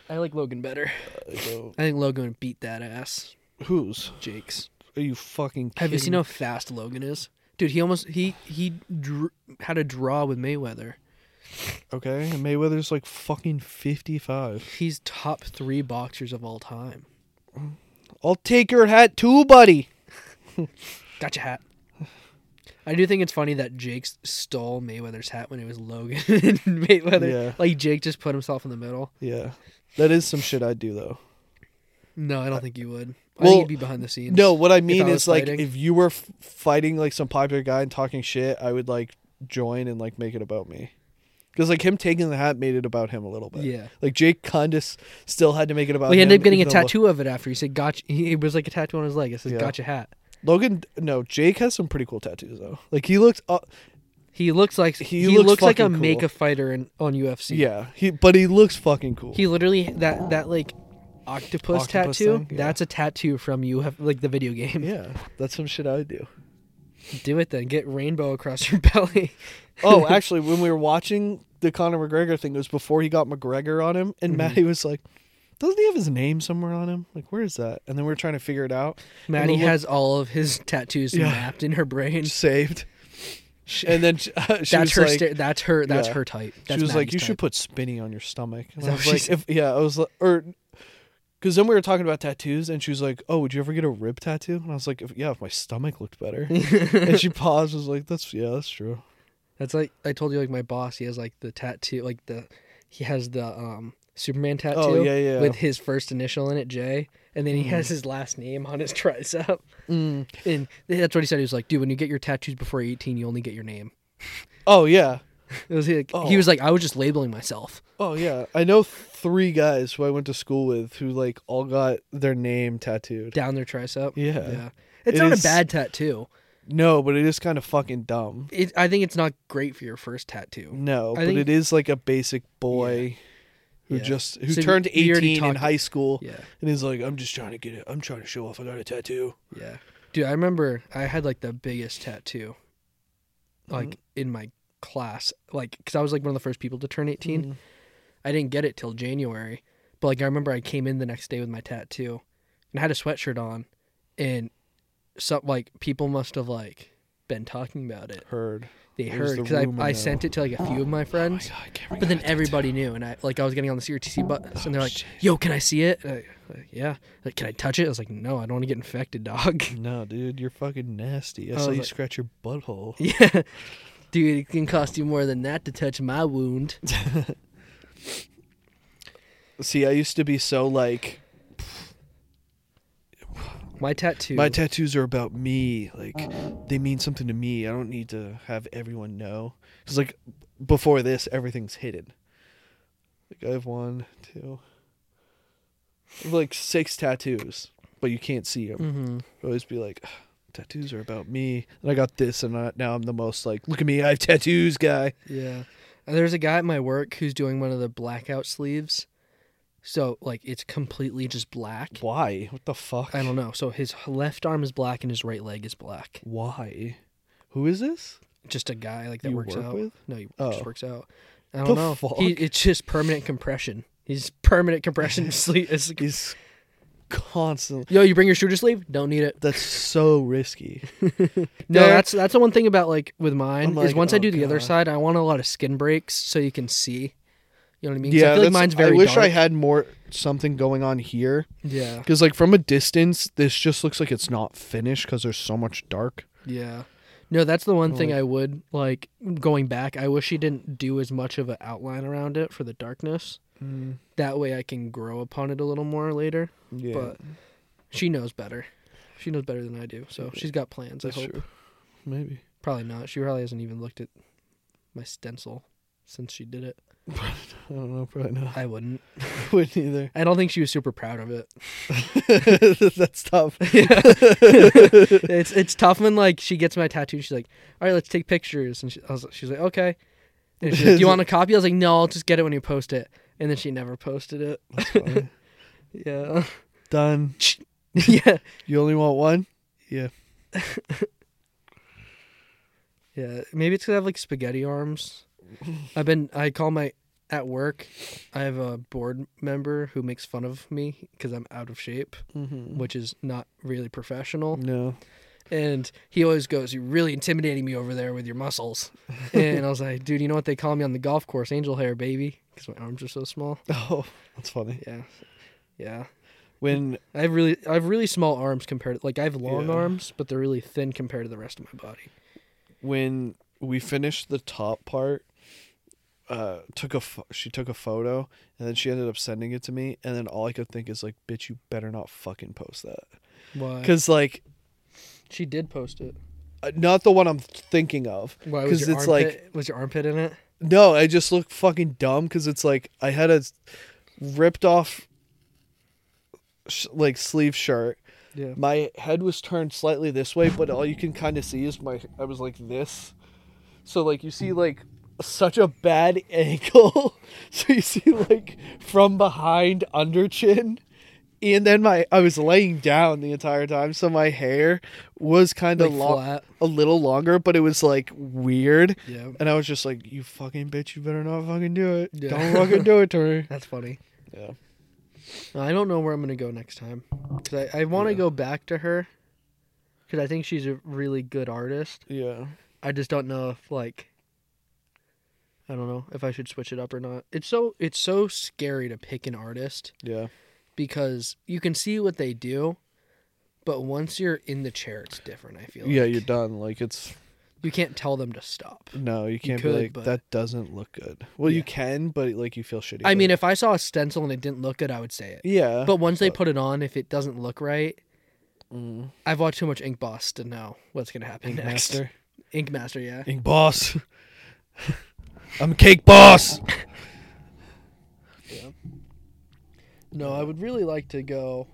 [SPEAKER 1] I like Logan better.
[SPEAKER 2] I don't-
[SPEAKER 1] I think Logan would beat that ass.
[SPEAKER 2] Who's?
[SPEAKER 1] Jake's.
[SPEAKER 2] Are you fucking? Kidding?
[SPEAKER 1] Have you seen
[SPEAKER 2] me?
[SPEAKER 1] how fast Logan is? Dude, he almost he he drew, had a draw with Mayweather.
[SPEAKER 2] Okay, and Mayweather's like fucking fifty-five.
[SPEAKER 1] He's top three boxers of all time.
[SPEAKER 2] I'll take your hat too, buddy.
[SPEAKER 1] Gotcha hat. I do think it's funny that Jake s- stole Mayweather's hat when it was Logan and Mayweather.
[SPEAKER 2] Yeah.
[SPEAKER 1] Like Jake just put himself in the middle.
[SPEAKER 2] Yeah, that is some shit I'd do though.
[SPEAKER 1] No, I don't think you would. I
[SPEAKER 2] Uh, well,
[SPEAKER 1] think you'd be behind the scenes.
[SPEAKER 2] No, what I
[SPEAKER 1] if
[SPEAKER 2] mean
[SPEAKER 1] was
[SPEAKER 2] is like
[SPEAKER 1] fighting.
[SPEAKER 2] if you were f- fighting like some popular guy and talking shit, I would like join and like make it about me. Because like him taking the hat made it about him a little bit.
[SPEAKER 1] Yeah.
[SPEAKER 2] Like Jake Condis still had to make it about.
[SPEAKER 1] well, he ended
[SPEAKER 2] him,
[SPEAKER 1] up getting a
[SPEAKER 2] even though Lo-
[SPEAKER 1] tattoo of it after. He said, "Gotcha." He, it was like a tattoo on his leg. It says,
[SPEAKER 2] Yeah.
[SPEAKER 1] "Gotcha hat."
[SPEAKER 2] Logan, no, Jake has some pretty cool tattoos though. Like he looked, uh,
[SPEAKER 1] He looks like
[SPEAKER 2] He
[SPEAKER 1] he,
[SPEAKER 2] looks
[SPEAKER 1] looks, like a
[SPEAKER 2] fucking cool.
[SPEAKER 1] make a fighter in, on UFC.
[SPEAKER 2] yeah, he but he looks fucking cool.
[SPEAKER 1] He literally that that like octopus,
[SPEAKER 2] Octopus
[SPEAKER 1] tattoo.
[SPEAKER 2] thing? Yeah.
[SPEAKER 1] That's a tattoo from you have like the video game.
[SPEAKER 2] yeah, that's some shit I would do.
[SPEAKER 1] Do it then. Get rainbow across your belly.
[SPEAKER 2] Oh, actually, when we were watching the Conor McGregor thing, it was before he got McGregor on him,
[SPEAKER 1] Mm-hmm.
[SPEAKER 2] and Maddie was like, "Doesn't he have his name somewhere on him? Like, where is that?" And then we were trying to figure it out. And
[SPEAKER 1] Maddie
[SPEAKER 2] we looked-
[SPEAKER 1] has all of his tattoos
[SPEAKER 2] Yeah.
[SPEAKER 1] mapped in her brain.
[SPEAKER 2] saved, and then she, she
[SPEAKER 1] that's
[SPEAKER 2] was
[SPEAKER 1] her.
[SPEAKER 2] like,
[SPEAKER 1] sta- that's her. That's
[SPEAKER 2] Yeah.
[SPEAKER 1] her type.
[SPEAKER 2] she
[SPEAKER 1] That's
[SPEAKER 2] was like,
[SPEAKER 1] Maddie's
[SPEAKER 2] "You should
[SPEAKER 1] type.
[SPEAKER 2] put spinny on your stomach." And
[SPEAKER 1] Is
[SPEAKER 2] I
[SPEAKER 1] that
[SPEAKER 2] was
[SPEAKER 1] what
[SPEAKER 2] like,
[SPEAKER 1] she
[SPEAKER 2] if, "Yeah," I was like, or. Because then we were talking about tattoos, and she was like, "Oh, would you ever get a rib tattoo?" And I was like, if, "Yeah, if my stomach looked better." and she paused, was like, "That's yeah, that's true."
[SPEAKER 1] That's like I told you. Like my boss, he has like the tattoo. Like the he has the um Superman tattoo.
[SPEAKER 2] Oh, yeah, yeah. Mm.
[SPEAKER 1] With his first initial in it, J, and then he has his last name on his tricep. And that's what he said. He was like, "Dude, when you get your tattoos before eighteen, you only get your name."
[SPEAKER 2] Oh yeah,
[SPEAKER 1] It was like
[SPEAKER 2] Oh.
[SPEAKER 1] he was like, "I was just labeling myself."
[SPEAKER 2] Oh yeah, I know three guys who I went to school with who like all got their name tattooed.
[SPEAKER 1] down their tricep.
[SPEAKER 2] Yeah.
[SPEAKER 1] It's
[SPEAKER 2] It
[SPEAKER 1] not
[SPEAKER 2] is-
[SPEAKER 1] a bad tattoo.
[SPEAKER 2] No, but it is kind of fucking dumb.
[SPEAKER 1] It, I think it's not great for your first tattoo.
[SPEAKER 2] No,
[SPEAKER 1] I
[SPEAKER 2] but
[SPEAKER 1] think-
[SPEAKER 2] it is like a basic boy who
[SPEAKER 1] Yeah.
[SPEAKER 2] just who
[SPEAKER 1] So we-
[SPEAKER 2] turned
[SPEAKER 1] we already
[SPEAKER 2] eighteen in
[SPEAKER 1] talked-
[SPEAKER 2] high school,
[SPEAKER 1] Yeah.
[SPEAKER 2] and he's like, "I'm just trying to get it. I'm trying to show off. I got a tattoo."
[SPEAKER 1] Yeah. Dude, I remember I had like the biggest tattoo like
[SPEAKER 2] Mm-hmm.
[SPEAKER 1] in my class. Like cuz I was like one of the first people to turn
[SPEAKER 2] Mm-hmm.
[SPEAKER 1] 18. I didn't get it till January. But like I remember I came in the next day with my tattoo and I had a sweatshirt on and some like people must have like been talking about it.
[SPEAKER 2] Heard.
[SPEAKER 1] They
[SPEAKER 2] It was
[SPEAKER 1] heard
[SPEAKER 2] the
[SPEAKER 1] because
[SPEAKER 2] rumor
[SPEAKER 1] I, I
[SPEAKER 2] mill.
[SPEAKER 1] sent it to like a few of my friends.
[SPEAKER 2] Oh God, Cameron
[SPEAKER 1] But
[SPEAKER 2] got a
[SPEAKER 1] then everybody knew, and I like I was getting on the CRTC bus, and they're like,
[SPEAKER 2] Oh, shit.
[SPEAKER 1] "Yo, can I see it?" And I, like, yeah. Like, can I touch it? I was like, "No, I don't want to get infected, dog."
[SPEAKER 2] tattoo. No, dude, you're fucking nasty. I
[SPEAKER 1] I
[SPEAKER 2] saw
[SPEAKER 1] was
[SPEAKER 2] you
[SPEAKER 1] like-
[SPEAKER 2] scratch your butthole.
[SPEAKER 1] yeah, dude, it can cost you more than that to touch my wound.
[SPEAKER 2] See, I used to be so like
[SPEAKER 1] My tattoo.
[SPEAKER 2] my tattoos are about me like
[SPEAKER 1] Uh-huh.
[SPEAKER 2] they mean something to me i don't need to have everyone know because like before this everything's hidden like i have one two I have, like six tattoos but you can't see them
[SPEAKER 1] hmm
[SPEAKER 2] always be like tattoos are about me and i got this and I, now i'm the most like look at me i have tattoos guy
[SPEAKER 1] Yeah. And there's a guy at my work who's doing one of the blackout sleeves, so like it's completely just black.
[SPEAKER 2] why what the fuck
[SPEAKER 1] I don't know. So his left arm is black and his right leg is black.
[SPEAKER 2] why who is this
[SPEAKER 1] just a guy like that
[SPEAKER 2] You
[SPEAKER 1] works
[SPEAKER 2] work
[SPEAKER 1] out.
[SPEAKER 2] with?
[SPEAKER 1] No, he
[SPEAKER 2] Oh.
[SPEAKER 1] just works out. I don't know. He,
[SPEAKER 2] fuck?
[SPEAKER 1] it's just permanent compression. He's permanent compression sleeve. It's like,
[SPEAKER 2] he's constantly
[SPEAKER 1] Yo, you bring your shooter sleeve? Don't need it.
[SPEAKER 2] that's so risky
[SPEAKER 1] No,
[SPEAKER 2] There-
[SPEAKER 1] that's that's the one thing about like with mine
[SPEAKER 2] I'm
[SPEAKER 1] is
[SPEAKER 2] like,
[SPEAKER 1] once
[SPEAKER 2] oh,
[SPEAKER 1] I do the other
[SPEAKER 2] God.
[SPEAKER 1] side, I want a lot of skin breaks so you can see. You know what I mean? 'Cause I feel like
[SPEAKER 2] that's-
[SPEAKER 1] mine's very
[SPEAKER 2] I wish I
[SPEAKER 1] dark.
[SPEAKER 2] had more something going on here.
[SPEAKER 1] Yeah.
[SPEAKER 2] Because, like, from a distance, this just looks like it's not finished because there's so much dark.
[SPEAKER 1] Yeah. No, that's the one thing I would like going back. I wish he didn't do as much of an outline around it for the darkness.
[SPEAKER 2] Mm.
[SPEAKER 1] That way I can grow upon it a little more later.
[SPEAKER 2] Yeah.
[SPEAKER 1] But she knows better. She knows better than I do. So she's got plans, I hope.
[SPEAKER 2] Maybe.
[SPEAKER 1] Probably not. She probably hasn't even looked at my stencil since she did it.
[SPEAKER 2] I don't know. Probably not.
[SPEAKER 1] I wouldn't.
[SPEAKER 2] I wouldn't either.
[SPEAKER 1] I don't think she was super proud of it.
[SPEAKER 2] That's tough.
[SPEAKER 1] it's it's tough when like she gets my tattoo. She's like, "All right, let's take pictures." And she, I was, she's like, "Okay." And she's like, Do you want a copy? I was like, "No, I'll just get it when you post it." And then she never posted it.
[SPEAKER 2] funny.
[SPEAKER 1] yeah,
[SPEAKER 2] Done.
[SPEAKER 1] yeah,
[SPEAKER 2] You only want one? Yeah.
[SPEAKER 1] yeah. Maybe it's gonna have like spaghetti arms. I've been. I call my at work. I have a board member who makes fun of me because I'm out of shape, which is not really professional.
[SPEAKER 2] No.
[SPEAKER 1] And he always goes, You're really intimidating me over there with your muscles. And I was like, Dude, you know what they call me on the golf course? Angel hair, baby. Because my arms are so small.
[SPEAKER 2] Oh, that's funny.
[SPEAKER 1] Yeah. Yeah.
[SPEAKER 2] When
[SPEAKER 1] I have really I have really small arms compared to like I have long
[SPEAKER 2] Yeah.
[SPEAKER 1] arms, but they're really thin compared to the rest of my body.
[SPEAKER 2] when we finished the top part, uh, took a pho- she took a photo and then she ended up sending it to me and then all I could think is like, bitch, you better not fucking post that
[SPEAKER 1] Why?
[SPEAKER 2] because like
[SPEAKER 1] She did post it.
[SPEAKER 2] uh, not the one I'm thinking of
[SPEAKER 1] Why was
[SPEAKER 2] because
[SPEAKER 1] your
[SPEAKER 2] it's like
[SPEAKER 1] armpit was your armpit in it?
[SPEAKER 2] no, I just look fucking dumb because it's like I had a ripped off sh- like sleeve shirt.
[SPEAKER 1] Yeah.
[SPEAKER 2] My head was turned slightly this way, but all you can kind of see is my I was like this. So like you see like such a bad angle. so you see like from behind under chin. And then my I was laying down the entire time, so my hair was kind of
[SPEAKER 1] Like flat.
[SPEAKER 2] a little longer, but it was like weird.
[SPEAKER 1] Yeah.
[SPEAKER 2] And I was just like, "You fucking bitch! You better not fucking do it.
[SPEAKER 1] Yeah.
[SPEAKER 2] Don't fucking do it to me."
[SPEAKER 1] That's funny.
[SPEAKER 2] Yeah.
[SPEAKER 1] I don't know where I'm gonna go next time. Cause I, I want to go back to her. Cause I think she's a really good artist.
[SPEAKER 2] Yeah.
[SPEAKER 1] I just don't know if like I don't know if I should switch it up or not. It's so it's so scary to pick an artist
[SPEAKER 2] Yeah.
[SPEAKER 1] because you can see what they do, but once you're in the chair, it's different. I feel
[SPEAKER 2] Yeah.
[SPEAKER 1] like.
[SPEAKER 2] You're done. Like it's
[SPEAKER 1] you can't tell them to stop.
[SPEAKER 2] no. You can't
[SPEAKER 1] could,
[SPEAKER 2] be like
[SPEAKER 1] but-
[SPEAKER 2] that. Doesn't look good. Well, you
[SPEAKER 1] Yeah.
[SPEAKER 2] can, but like you feel shitty.
[SPEAKER 1] I mean,
[SPEAKER 2] about
[SPEAKER 1] if I saw a stencil and it didn't look good, I would say it.
[SPEAKER 2] it. yeah.
[SPEAKER 1] But once they put it on, if it doesn't look right, I've watched too much Ink Boss to know what's gonna happen
[SPEAKER 2] Mm. Ink
[SPEAKER 1] next.
[SPEAKER 2] Master.
[SPEAKER 1] Ink Master, yeah.
[SPEAKER 2] Ink boss. I'm cake boss.
[SPEAKER 1] No, I would really like to go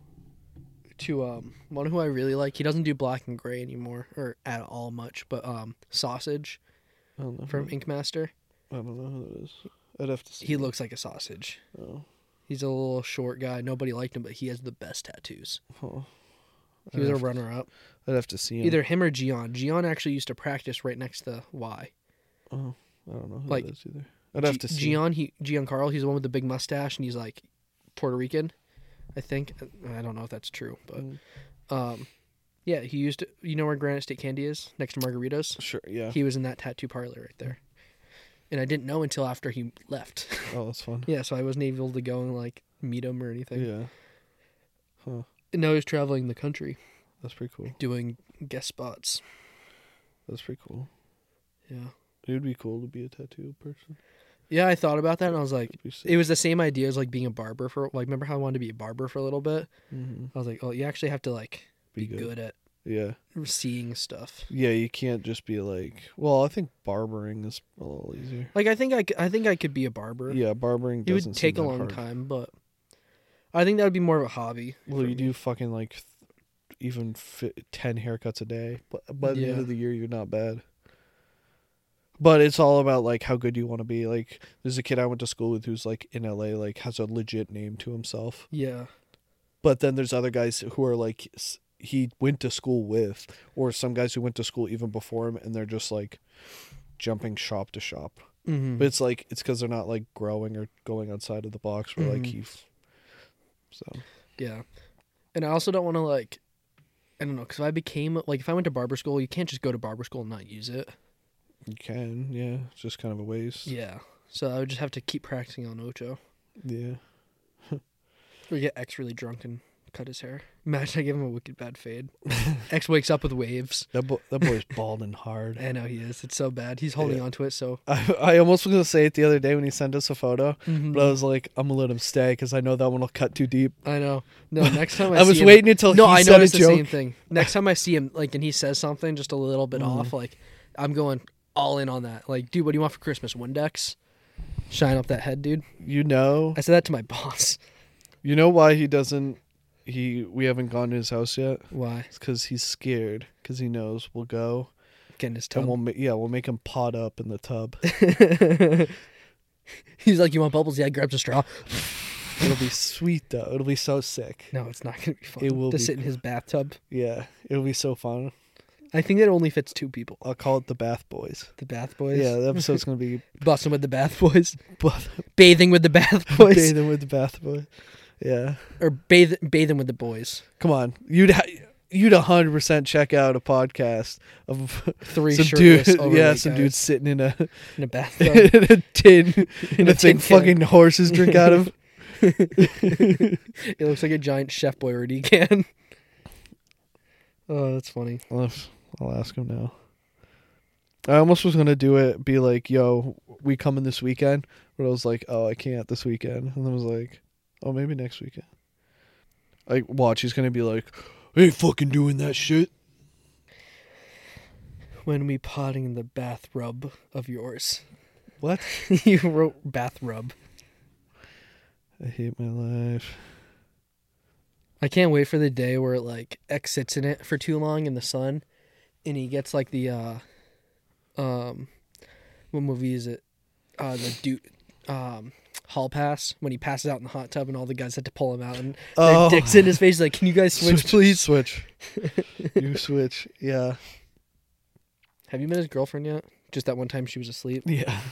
[SPEAKER 1] to um one who I really like. He doesn't do black and gray anymore or at all much, but um Sausage
[SPEAKER 2] I don't know. who-
[SPEAKER 1] from Ink Master.
[SPEAKER 2] I don't know who that is. I'd have to see.
[SPEAKER 1] He looks like a sausage.
[SPEAKER 2] Oh.
[SPEAKER 1] He's a little short guy. Nobody liked him, but he has the best tattoos.
[SPEAKER 2] Huh.
[SPEAKER 1] He was a runner up.
[SPEAKER 2] I'd have to see him.
[SPEAKER 1] Either him or Gian. Gian actually used to practice right next to Y.
[SPEAKER 2] I don't know who
[SPEAKER 1] like,
[SPEAKER 2] that is either. I'd have
[SPEAKER 1] G-
[SPEAKER 2] to see.
[SPEAKER 1] Gian, he Gian Carl, he's the one with the big mustache, and he's like Puerto Rican, I think. Uh, I don't know if that's true, but
[SPEAKER 2] Mm.
[SPEAKER 1] um, yeah, he used to. You know where Granite State Candy is, next to Margaritas.
[SPEAKER 2] Sure. Yeah.
[SPEAKER 1] He was in that tattoo parlor right there, and I didn't know until after he left.
[SPEAKER 2] oh, that's fun.
[SPEAKER 1] yeah, so I wasn't able to go and like meet him or anything.
[SPEAKER 2] Yeah.
[SPEAKER 1] And now he's traveling the country
[SPEAKER 2] That's pretty cool.
[SPEAKER 1] doing guest spots.
[SPEAKER 2] That's pretty cool.
[SPEAKER 1] Yeah.
[SPEAKER 2] It would be cool to be a tattoo person.
[SPEAKER 1] Yeah, I thought about that and I was like,
[SPEAKER 2] That'd be sick.
[SPEAKER 1] it was the same idea as like being a barber for like. Remember how I wanted to be a barber for a little bit? I was like, oh, you actually have to like be,
[SPEAKER 2] Be
[SPEAKER 1] good.
[SPEAKER 2] good.
[SPEAKER 1] at
[SPEAKER 2] mm-hmm. Yeah.
[SPEAKER 1] seeing stuff.
[SPEAKER 2] Yeah, you can't just be like, well, I think barbering is a little easier.
[SPEAKER 1] Like I think I, c- I think I could be a barber.
[SPEAKER 2] Yeah, barbering
[SPEAKER 1] it
[SPEAKER 2] doesn't
[SPEAKER 1] would take a
[SPEAKER 2] seem that
[SPEAKER 1] long
[SPEAKER 2] hard.
[SPEAKER 1] time, but I think that would be more of a hobby.
[SPEAKER 2] Well,
[SPEAKER 1] for
[SPEAKER 2] you
[SPEAKER 1] me.
[SPEAKER 2] do fucking like th- even fi 10 haircuts a day, but by the
[SPEAKER 1] Yeah.
[SPEAKER 2] end of the year you're not bad. But it's all about like how good you want to be. Like there's a kid I went to school with who's like in LA like has a legit name to himself.
[SPEAKER 1] Yeah,
[SPEAKER 2] but then there's other guys who are like s- he went to school with or some guys who went to school even before him and they're just like jumping shop to shop
[SPEAKER 1] Mhm.
[SPEAKER 2] but it's like it's because they're not like growing or going outside of the box where like he f- so
[SPEAKER 1] yeah. And I also don't want to like, I don't know, because if I became like if I went to barber school, you can't just go to barber school and not use it.
[SPEAKER 2] you can yeah it's just kind of a waste
[SPEAKER 1] Yeah. So I would just have to keep practicing on Ocho.
[SPEAKER 2] yeah
[SPEAKER 1] Or get X really drunk and cut his hair. Imagine I give him a wicked bad fade. X wakes up with waves.
[SPEAKER 2] That bo- that boy's balding hard.
[SPEAKER 1] I know he is. It's so bad. He's holding on to it. So
[SPEAKER 2] I, I almost was gonna say it the other day when he sent us a photo, but I was like, I'm gonna let him stay because I know that one will cut too deep.
[SPEAKER 1] I know. No, next time I,
[SPEAKER 2] I was
[SPEAKER 1] see him-
[SPEAKER 2] waiting until
[SPEAKER 1] no,
[SPEAKER 2] he
[SPEAKER 1] I
[SPEAKER 2] said a
[SPEAKER 1] noticed the same
[SPEAKER 2] joke.
[SPEAKER 1] thing. Next time I see him, like, and he says something just a little bit
[SPEAKER 2] Mm-hmm.
[SPEAKER 1] off, like, I'm going all in on that. Like, dude, what do you want for Christmas? Windex. Shine up that head, dude.
[SPEAKER 2] You know,
[SPEAKER 1] I said that to my boss.
[SPEAKER 2] you know why he doesn't. He we haven't gone to his house yet.
[SPEAKER 1] Why?
[SPEAKER 2] It's because he's scared because he knows we'll go
[SPEAKER 1] Getting his
[SPEAKER 2] and
[SPEAKER 1] tongue.
[SPEAKER 2] we'll ma- yeah we'll make him pot up in the tub.
[SPEAKER 1] He's like, you want bubbles? Yeah, I grabbed a straw.
[SPEAKER 2] It'll be sweet though. It'll be so sick.
[SPEAKER 1] No, it's not gonna be fun.
[SPEAKER 2] It will
[SPEAKER 1] to
[SPEAKER 2] be
[SPEAKER 1] sit in his bathtub.
[SPEAKER 2] Yeah, it'll be so fun.
[SPEAKER 1] I think that only fits two people.
[SPEAKER 2] I'll call it the Bath Boys.
[SPEAKER 1] The Bath Boys.
[SPEAKER 2] Yeah, the episode's gonna be
[SPEAKER 1] busting with the Bath Boys,
[SPEAKER 2] bath-
[SPEAKER 1] bathing with the Bath Boys,
[SPEAKER 2] bathing with the Bath Boys. Yeah.
[SPEAKER 1] or bathe bathing with the boys.
[SPEAKER 2] Come on, you'd ha- you'd hundred percent check out a podcast of
[SPEAKER 1] Three
[SPEAKER 2] some
[SPEAKER 1] shirtless,
[SPEAKER 2] dude, yeah,
[SPEAKER 1] overweight
[SPEAKER 2] some
[SPEAKER 1] guys
[SPEAKER 2] dude sitting in a
[SPEAKER 1] in a bathtub.
[SPEAKER 2] in a tin in
[SPEAKER 1] a
[SPEAKER 2] a
[SPEAKER 1] tin can.
[SPEAKER 2] thing fucking horses drink out of.
[SPEAKER 1] it looks like a giant Chef Boyardee can. oh, that's funny.
[SPEAKER 2] I'll I'll ask him now. I almost was gonna do it, be like, "Yo, we coming this weekend?" But I was like, "Oh, I can't this weekend," and I was like, "Oh, maybe next weekend." Like, watch, he's gonna be like, "I ain't fucking doing that shit."
[SPEAKER 1] When we potting in the bathrub of yours,
[SPEAKER 2] What?
[SPEAKER 1] you wrote bathrub.
[SPEAKER 2] I hate my life.
[SPEAKER 1] I can't wait for the day where it like X sits in it for too long in the sun, and he gets like the, uh um, what movie is it? Uh, the dude, um, hall pass when he passes out in the hot tub and all the guys had to pull him out and
[SPEAKER 2] Oh.
[SPEAKER 1] their dicks in his face. He's Like, can you guys switch, please?
[SPEAKER 2] Switch. you switch. Yeah.
[SPEAKER 1] Have you met his girlfriend yet? Just that one time she was asleep.
[SPEAKER 2] Yeah.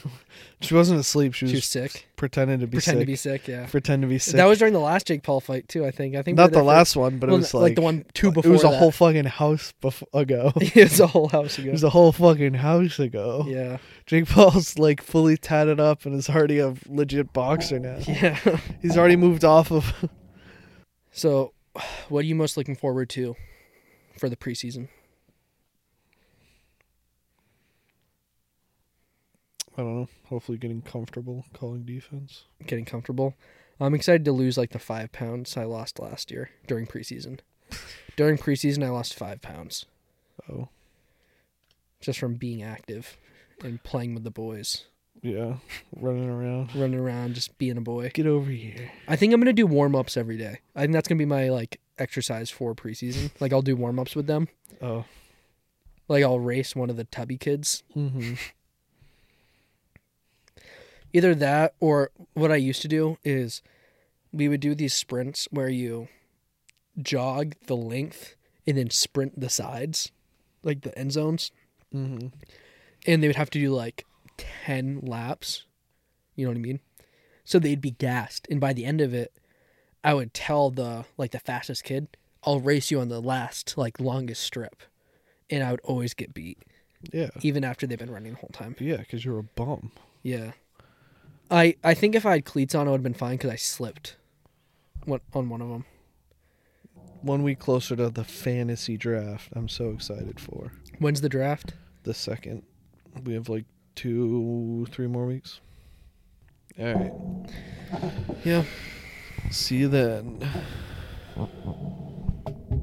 [SPEAKER 2] She wasn't asleep. She was,
[SPEAKER 1] She was sick.
[SPEAKER 2] pretending to be
[SPEAKER 1] Pretend
[SPEAKER 2] sick.
[SPEAKER 1] to be sick. Yeah.
[SPEAKER 2] Pretend to be sick.
[SPEAKER 1] That was during the last Jake Paul fight too. I think. I think we were
[SPEAKER 2] not
[SPEAKER 1] there
[SPEAKER 2] the
[SPEAKER 1] for-
[SPEAKER 2] last one, but
[SPEAKER 1] well,
[SPEAKER 2] it was
[SPEAKER 1] like,
[SPEAKER 2] like,
[SPEAKER 1] the one two before.
[SPEAKER 2] It was a
[SPEAKER 1] that.
[SPEAKER 2] whole fucking house bef- ago. it
[SPEAKER 1] it was a whole house ago.
[SPEAKER 2] was a whole fucking house ago.
[SPEAKER 1] Yeah.
[SPEAKER 2] Jake Paul's like fully tatted up and is already a legit boxer now.
[SPEAKER 1] Yeah.
[SPEAKER 2] He's already moved off of.
[SPEAKER 1] So, what are you most looking forward to for the preseason?
[SPEAKER 2] I don't know. Hopefully, getting comfortable calling defense.
[SPEAKER 1] Getting comfortable. I'm excited to lose like the five pounds I lost last year during preseason. during preseason, I lost five pounds
[SPEAKER 2] Oh,
[SPEAKER 1] just from being active and playing with the boys,
[SPEAKER 2] yeah, running around.
[SPEAKER 1] running around, just being a boy.
[SPEAKER 2] Get over here.
[SPEAKER 1] I think I'm gonna do warm ups every day. I think that's gonna be my like exercise for preseason. Like I'll do warm ups with them.
[SPEAKER 2] Oh,
[SPEAKER 1] Like I'll race one of the tubby kids.
[SPEAKER 2] hmm
[SPEAKER 1] either that or what I used to do is we would do these sprints where you jog the length and then sprint the sides, like the end zones.
[SPEAKER 2] hmm
[SPEAKER 1] And they would have to do like 10 laps. You know what I mean? So they'd be gassed. And by the end of it, I would tell the like the fastest kid, I'll race you on the last, like longest strip. And I would always get beat,
[SPEAKER 2] yeah,
[SPEAKER 1] even after they've been running the whole time.
[SPEAKER 2] yeah. Because you're a bum.
[SPEAKER 1] Yeah. I I think if I had cleats on, I would have been fine because I slipped one, on one of them.
[SPEAKER 2] one week closer to the fantasy draft. I'm so excited for
[SPEAKER 1] When's the draft?
[SPEAKER 2] the second. We have like two, three more weeks. All right.
[SPEAKER 1] Yeah.
[SPEAKER 2] See you then.